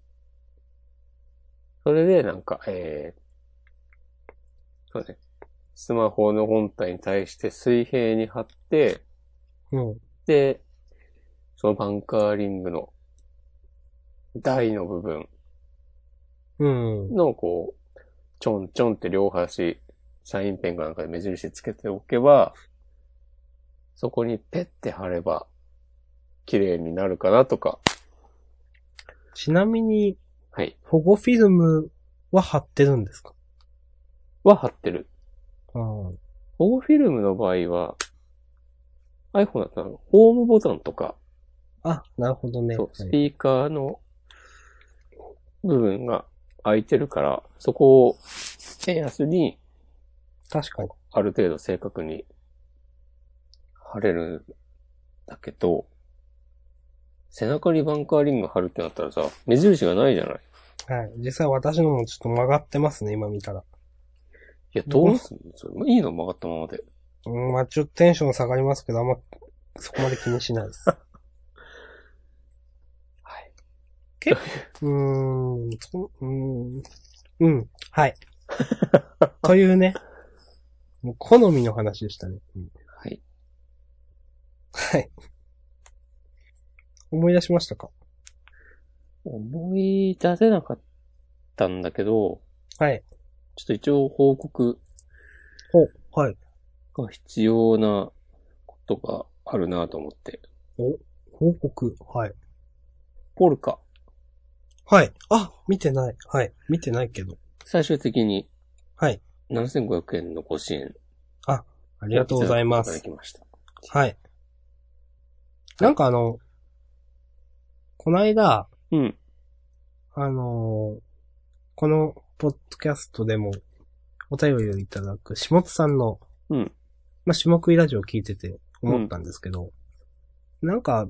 Speaker 2: それでなんか、えー、そうね。スマホの本体に対して水平に貼って、
Speaker 1: うん。
Speaker 2: で、そのバンカーリングの台の部分
Speaker 1: うん。
Speaker 2: のこう、ちょんちょんって両端サインペンかなんかで目印つけておけば、そこにペッて貼れば、綺麗になるかなとか。
Speaker 1: ちなみに、
Speaker 2: はい。
Speaker 1: 保護フィルムは貼ってるんですか
Speaker 2: は貼ってる。
Speaker 1: うん。
Speaker 2: 保護フィルムの場合は、iPhone だったら、ホームボタンとか、
Speaker 1: あ、なるほどね。
Speaker 2: そう、
Speaker 1: は
Speaker 2: ス
Speaker 1: い
Speaker 2: ピーカーの部分が空いてるから、そこを円安に
Speaker 1: 確かに。
Speaker 2: ある程度正確に貼れるんだけど、背中にバンカーリング貼るってなったらさ、目印がないじゃないい
Speaker 1: はい。実際私のもちょっと曲がってますね、今見たら。
Speaker 2: や、どうすんのそれいいの曲がったままで。
Speaker 1: うん、まあちょっとテンション下がりますけど、あんま、そこまで気にしない です。
Speaker 2: はい。
Speaker 1: 結構、うーん、そうん、うん、 はい。というね、もう好みの話でしたね。うん
Speaker 2: はい。
Speaker 1: はい。思い出しましたか
Speaker 2: 思い出せなかったんだけど、
Speaker 1: はい。
Speaker 2: ちょっと一応報告
Speaker 1: お、はい。
Speaker 2: が必要なことがあるなと思って。
Speaker 1: 報告。はい。
Speaker 2: ポルカ、
Speaker 1: はい。あ、見てない。はい。見てないけど。
Speaker 2: 最終的に、
Speaker 1: はい。
Speaker 2: 7500円のご支援。
Speaker 1: あ
Speaker 2: あ
Speaker 1: りがとうございま
Speaker 2: いただ
Speaker 1: す。
Speaker 2: きました。
Speaker 1: はい。なんかあの、この間、
Speaker 2: うん。
Speaker 1: あのーこのポッドキャストでもお便りをいただく下津さんの、
Speaker 2: うん
Speaker 1: まあ、下食いラジオを聞いてて思ったんですけど、なんか、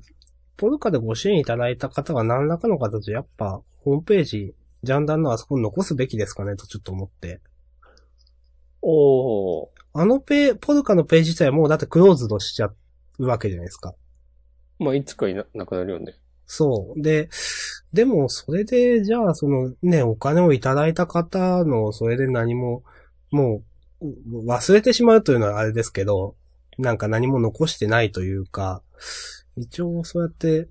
Speaker 1: ポルカでご支援いただいた方が何らかの形でやっぱホームページ、ジャンダンのあそこに残すべきですかねとちょっと思って。
Speaker 2: おー。
Speaker 1: あのペー、ポルカのページ自体はもうだってクローズドしちゃうわけじゃないですか。
Speaker 2: まあ、いつかいななくなるよね。
Speaker 1: そう。で、でも、それで、じゃあ、そのね、お金をいただいた方の、それで何も、もう、う忘れてしまうというのはあれですけど、なんか何も残してないというか、一応そうやって、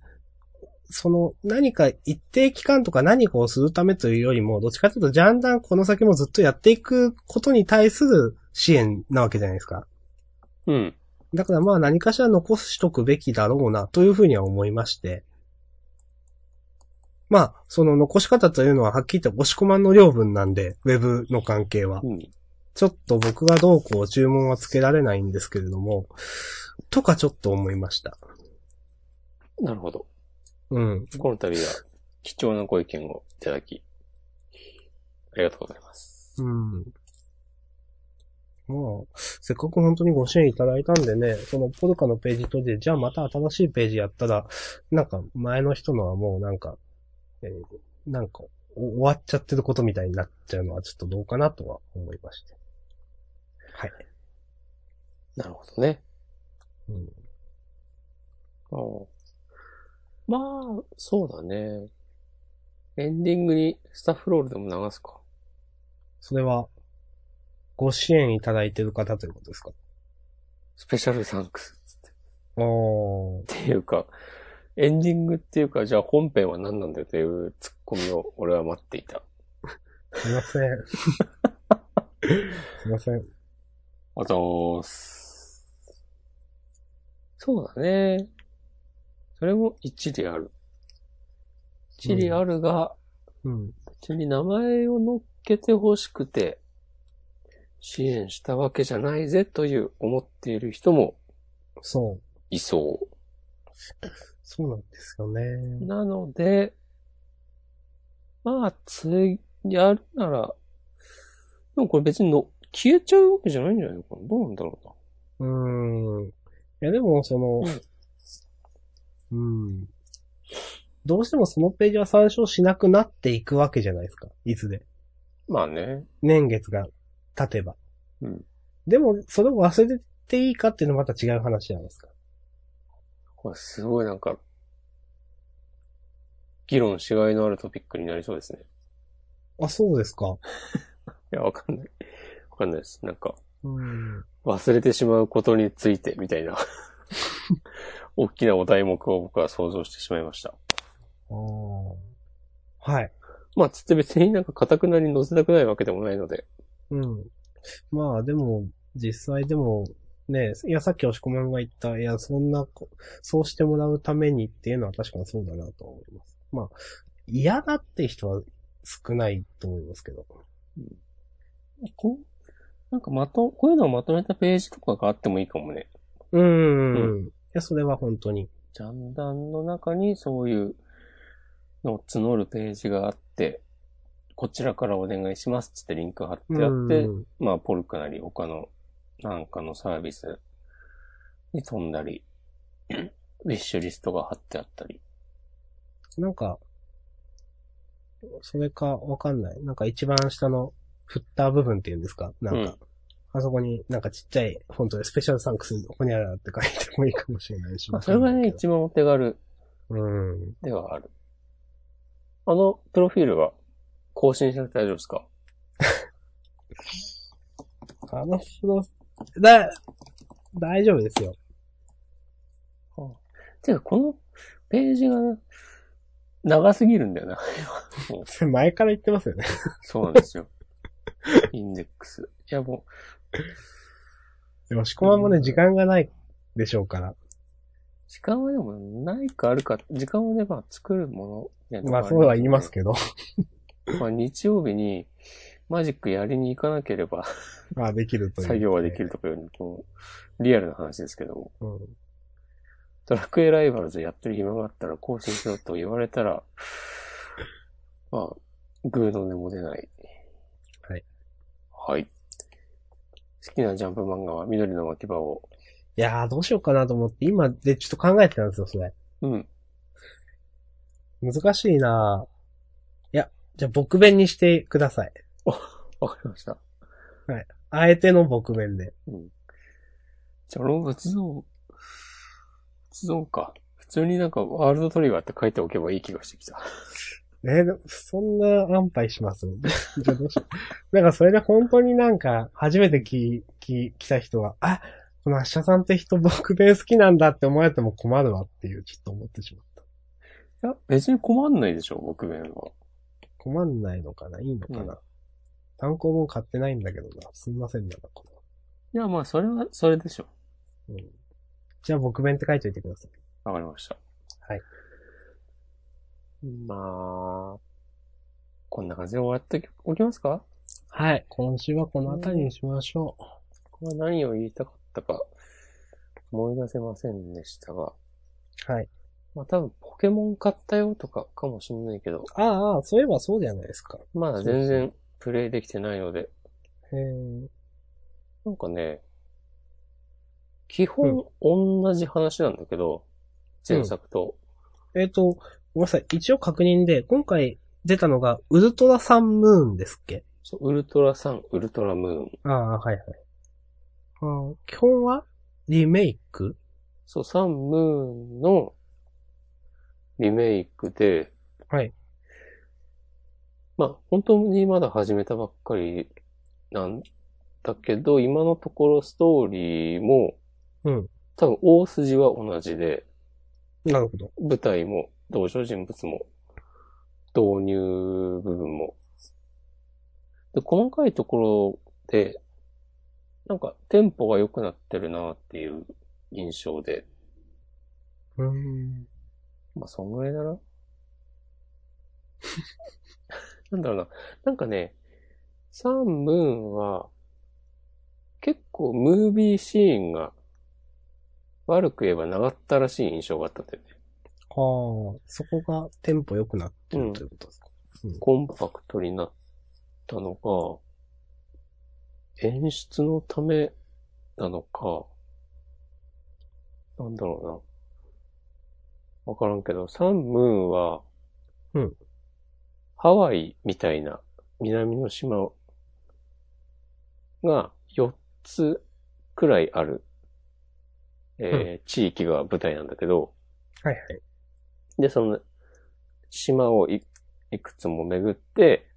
Speaker 1: その何か一定期間とか何かをするためというよりも、どっちかというと、ジャンダンこの先もずっとやっていくことに対する支援なわけじゃないですか。
Speaker 2: うん。
Speaker 1: だからまあ何かしら残しとくべきだろうなというふうには思いまして。まあ、その残し方というのははっきり言って押し込まんの量分なんで、ウェブの関係は
Speaker 2: う。ん。
Speaker 1: ちょっと僕がどうこう注文はつけられないんですけれども、とかちょっと思いました。
Speaker 2: なるほど。
Speaker 1: うん。
Speaker 2: この度は、貴重なご意見をいただき、ありがとうございます。
Speaker 1: うん。まあ、せっかく本当にご支援いただいたんでね、そのポルカのページ閉じて、じゃあまた新しいページやったら、なんか前の人のはもうなんか、えーなんかお終わっちゃってることみたいになっちゃうのはちょっとどうかなとは思いまして。はい。
Speaker 2: なるほどね。
Speaker 1: うん。
Speaker 2: まあ、そうだね。エンディングにスタッフロールでも流すか。
Speaker 1: それは、ご支援いただいてる方ということですか
Speaker 2: スペシャルサンクスっつっ
Speaker 1: おー。
Speaker 2: て。っていうか、エンディングっていうか、じゃあ本編は何なんだよというツッコミを俺は待っていた。
Speaker 1: すいません。 すいません。
Speaker 2: あざーす。そうだね。それも一理ある。一理あるが、
Speaker 1: うん。
Speaker 2: 別に名前を乗っけて欲しくて、支援したわけじゃないぜという思っている人も
Speaker 1: そう。
Speaker 2: いそ
Speaker 1: そうなんですよね。
Speaker 2: う。なので、まあ、次やるなら、でもこれ別にの消えちゃうわけじゃないんじゃないのかなどうなんだろ
Speaker 1: う
Speaker 2: うな。
Speaker 1: ーん。いや、でも、その、うん。どうしてもそのページは参照しなくなっていくわけじゃないですか。いつで。
Speaker 2: まあね。
Speaker 1: 年月が経てば。
Speaker 2: うん。
Speaker 1: でも、それを忘れていいかっていうのはまた違う話じゃないですか。
Speaker 2: これすごいなんか、議論しがいのあるトピックになりそうですね。
Speaker 1: あ、そうですか。
Speaker 2: いや、わかんない。わかんないです。なんか、
Speaker 1: うん。
Speaker 2: 忘れてしまうことについてみた いな、大きなお題目を僕は想像してしまいました。
Speaker 1: あーはい。
Speaker 2: まあ、つって別になんか固くなり載せたくないわけでもないので、
Speaker 1: うん。まあでも、実際でも、ね、いや、さっき押し込まんが言った、いや、そんなこ、そうしてもらうためにっていうのは確かにそうだなと思います。まあ、嫌だって人は少ないと思いますけど。
Speaker 2: こう、なんかまと、こういうのをまとめたページとかがあってもいいかもね。
Speaker 1: うーん。ん、いや、それは本当に。
Speaker 2: ジャンダンの中にそういうのを募るページがあって、こちらからお願いしますっつってリンク貼ってあって、
Speaker 1: うん
Speaker 2: まあ、ポルクなり他のなんかのサービスに飛んだり、 ウィッシュリストが貼ってあったり。
Speaker 1: なんか、それかわかんない。なんか一番下のフッター部分っていうんですかなんか、あそこになんかちっちゃいフォントでスペシャルサンクスほにゃららって書いてもいいかもしれないし。
Speaker 2: まあ、それがね、
Speaker 1: わか
Speaker 2: 一番お手軽
Speaker 1: んないけどうん。
Speaker 2: ではある。あの、プロフィールは更新しなくて大丈夫ですか
Speaker 1: あの人の、だ、大丈夫ですよ。
Speaker 2: てか、このページがね長すぎるんだよな。
Speaker 1: それ前から言ってますよね。
Speaker 2: そうなんですよ。インデックス。いや、もう、
Speaker 1: でも、しこまんもね、時間がないでしょうから。
Speaker 2: 時間はでもないかあるか、時間をね、まあ作るもの
Speaker 1: まあ、そうは言います
Speaker 2: け
Speaker 1: けど。
Speaker 2: ど。まあ日曜日にマジックやりに行かなければ
Speaker 1: まあ、できるという。
Speaker 2: 作業はできるとかいうのと、リアルな話ですけども。
Speaker 1: うん。
Speaker 2: ドラクエライバルズやってる暇があったら更新しろと言われたら、まあ、グーの音も出ない。
Speaker 1: はい。
Speaker 2: はい。好きなジャンプ漫画は緑の巻き場を。
Speaker 1: いやー、どうしようかなと思って、今でちょっと考えてたんですよ、それ。
Speaker 2: うん。
Speaker 1: 難しいなぁいや、じゃあ、僕弁にしてください。
Speaker 2: わかりました。
Speaker 1: あえての僕弁で。
Speaker 2: うん。じゃあ、俺も仏像、仏像か。普通になんかワールドトリガーって書いておけばいい気がしてきた。
Speaker 1: えーでもそんな安牌します じゃあどうしよう。なんかそれで本当になんか、初めてき、き、来た人は、あ、このアッシャさんって人僕弁好きなんだって思われても困るわっていう、ちょっと思ってしまった。
Speaker 2: いや、別に困んないでしょ、僕弁は。
Speaker 1: 困んないのかないいのかな、
Speaker 2: うん
Speaker 1: 単行本買ってないんだけどな。すいません、なんかこの。
Speaker 2: いや、まあ、それは、それでしょ。
Speaker 1: うんじゃあ、僕弁って書いといてください。
Speaker 2: わかりました。
Speaker 1: はい。
Speaker 2: まあ、こんな感じで終わっておきますか
Speaker 1: はい。今週はこの辺りにしましょう。
Speaker 2: これは何を言いたかったか思い出せませんでしたが、
Speaker 1: はい。
Speaker 2: まあ多分ポケモン買ったよとかかもしんないけど、
Speaker 1: ああああ、そういえばそうじゃないですか。
Speaker 2: まだ全然プレイできてないので、
Speaker 1: へえ。
Speaker 2: なんかね、基
Speaker 1: う
Speaker 2: 本同じ話なんだけど、前作と、
Speaker 1: えっ、と、ごめんなさい。一応確認で、今回出たのが、ウルトラサンムーンですっけ
Speaker 2: そうウルトラサン、ウルトラムーン。
Speaker 1: ああ、はいはい。あー基本はリメイク
Speaker 2: そう、サンムーンのリメイクで、
Speaker 1: はい。
Speaker 2: まあ、本当にまだ始めたばっかりなんだけど、今のところストーリーも、
Speaker 1: うん。
Speaker 2: 多分大筋は同じで、
Speaker 1: なるほど。
Speaker 2: 舞台も、登場人物も、導入部分も。で、細かいところで、なんかテンポが良くなってるなっていう印象で、
Speaker 1: うーん。
Speaker 2: まあ、そんぐらいだな。 なんだろうな。なんかね、サンムーンは、結構ムービーシーンが、悪く言えば長ったらしい印象があったんだよね。
Speaker 1: ああ、そこがテンポ良くなってるということですか。
Speaker 2: コンパクトになったのが、演出のためなのか、なんだろうな。わからんけど、サンムーンは、
Speaker 1: うん
Speaker 2: ハワイみたいな南の島が4つくらいある、えー地域が舞台なんだけど、
Speaker 1: はいはい。
Speaker 2: で、その、島をいいくつも巡って、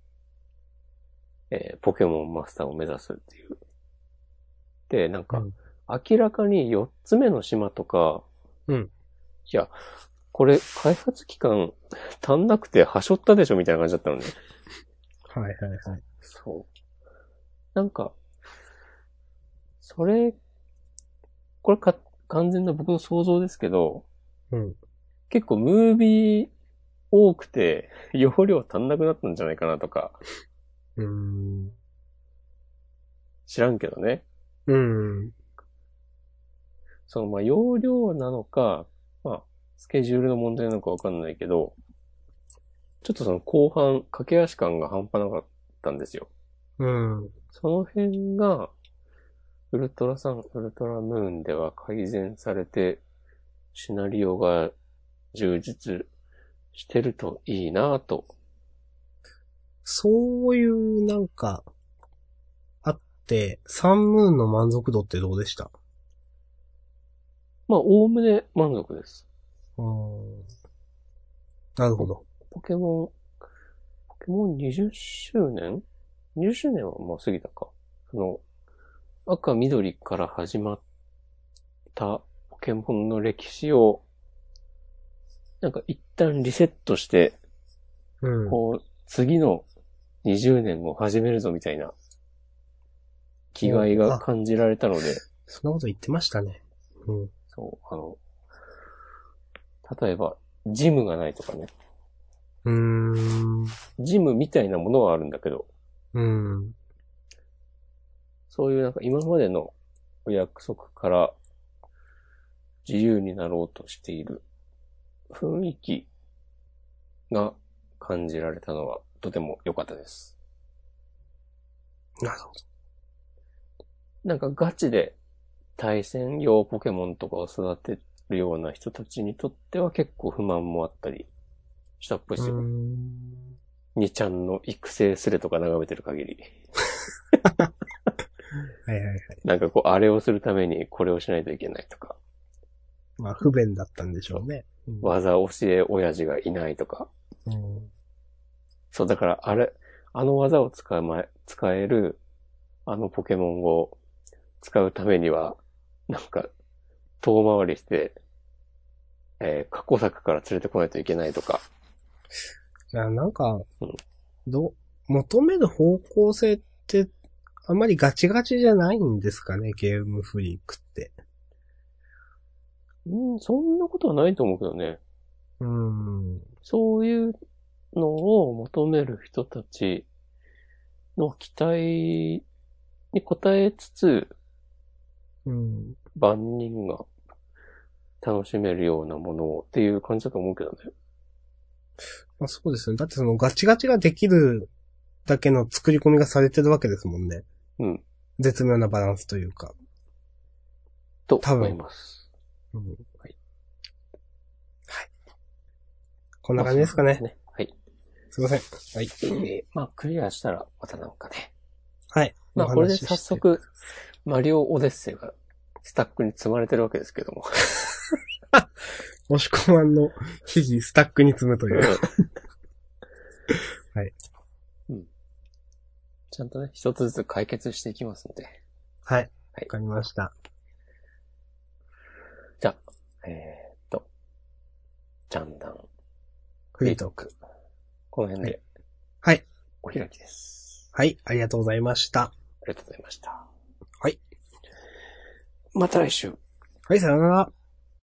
Speaker 2: えーポケモンマスターを目指すっていう。で、なんか
Speaker 1: うん、
Speaker 2: 明らかに4つ目の島とか、
Speaker 1: うん
Speaker 2: いや、これ、開発期間足んなくて、はしょったでしょみたいな感じだったのね。
Speaker 1: はいはいはい。
Speaker 2: そう。なんか、それ、これか、完全な僕の想像ですけど、
Speaker 1: うん
Speaker 2: 結構ムービー多くて、 容量足んなくなったんじゃないかなとか、
Speaker 1: うーん。
Speaker 2: 知らんけどね。
Speaker 1: うん。
Speaker 2: その、まあ、容量なのか、まあ、スケジュールの問題なのかわかんないけど、ちょっとその後半、駆け足感が半端なかったんですよ。
Speaker 1: うん。
Speaker 2: その辺が、ウルトラサン、ウルトラムーンでは改善されて、シナリオが充実してるといいなぁと。
Speaker 1: そういう、なんか、あって、サンムーンの満足度ってどうでした
Speaker 2: まあ、おおむね満足です。
Speaker 1: うん。なるほど。
Speaker 2: ポケモン、ポケモン20周年 ?20 周年はもう過ぎたか。その、赤緑から始まったポケモンの歴史を、なんか一旦リセットして、
Speaker 1: うん。
Speaker 2: こう、次の20年を始めるぞみたいな気概が感じられたの で、
Speaker 1: そんなこと言ってましたね。うん。
Speaker 2: そう、あの、例えば、ジムがないとかね。
Speaker 1: うーん。
Speaker 2: ジムみたいなものはあるんだけど、
Speaker 1: うん。
Speaker 2: そういうなんか今までのお約束から自由になろうとしている雰囲気が感じられたのはとても良かったです。
Speaker 1: なるほど。
Speaker 2: なんかガチで対戦用ポケモンとかを育てるような人たちにとっては結構不満もあったりしたっぽいです
Speaker 1: うー
Speaker 2: よ。
Speaker 1: ん
Speaker 2: にちゃんの育成スレとか眺めてる限り。
Speaker 1: はいはいはい。
Speaker 2: なんかこう、あれをするためにこれをしないといけないとか、
Speaker 1: まあ、不便だったんでしょうね。うん
Speaker 2: 技教え親父がいないとか。
Speaker 1: うん
Speaker 2: そう、だからあれ、あの技を使う前、使える、あのポケモンを使うためには、なんか、遠回りして、えー過去作から連れてこないといけないとか、
Speaker 1: いや、なんか
Speaker 2: うん、
Speaker 1: ど、求める方向性って、あんまりガチガチじゃないんですかね、ゲームフリークって。
Speaker 2: うん、そんなことはないと思うけどね。
Speaker 1: うーん。
Speaker 2: そういうのを求める人たちの期待に応えつつ、
Speaker 1: うん。
Speaker 2: 万人が楽しめるようなものをっていう感じだと思うけどね。
Speaker 1: まあそうですね。だってそのガチガチができるだけの作り込みがされてるわけですもんね。
Speaker 2: うん。
Speaker 1: 絶妙なバランスというか。
Speaker 2: と
Speaker 1: 多分
Speaker 2: 思います。。
Speaker 1: うん。はいはい。こんな感じですかね。
Speaker 2: まあ。そうですね
Speaker 1: すいません。はい。
Speaker 2: はい。まあ、クリアしたら、またなんかね。
Speaker 1: はい。
Speaker 2: まあ、
Speaker 1: お話
Speaker 2: これで
Speaker 1: しして
Speaker 2: 早。速、マリオオデッセイが、スタックに積まれてるわけですけど も。
Speaker 1: 押し込まんの秘技スタックに積むという。はい。
Speaker 2: うん。ちゃんとね、一つずつ解決していきますので。
Speaker 1: はい。わ
Speaker 2: はい
Speaker 1: かりました。
Speaker 2: じゃあ、えー、っと、ジャンダン、
Speaker 1: フリートーク。
Speaker 2: この辺で、
Speaker 1: はい。
Speaker 2: お開きです。
Speaker 1: はい。ありがとうございました。
Speaker 2: ありがとうございました。
Speaker 1: はい。
Speaker 2: また来週。
Speaker 1: はい、さようなら。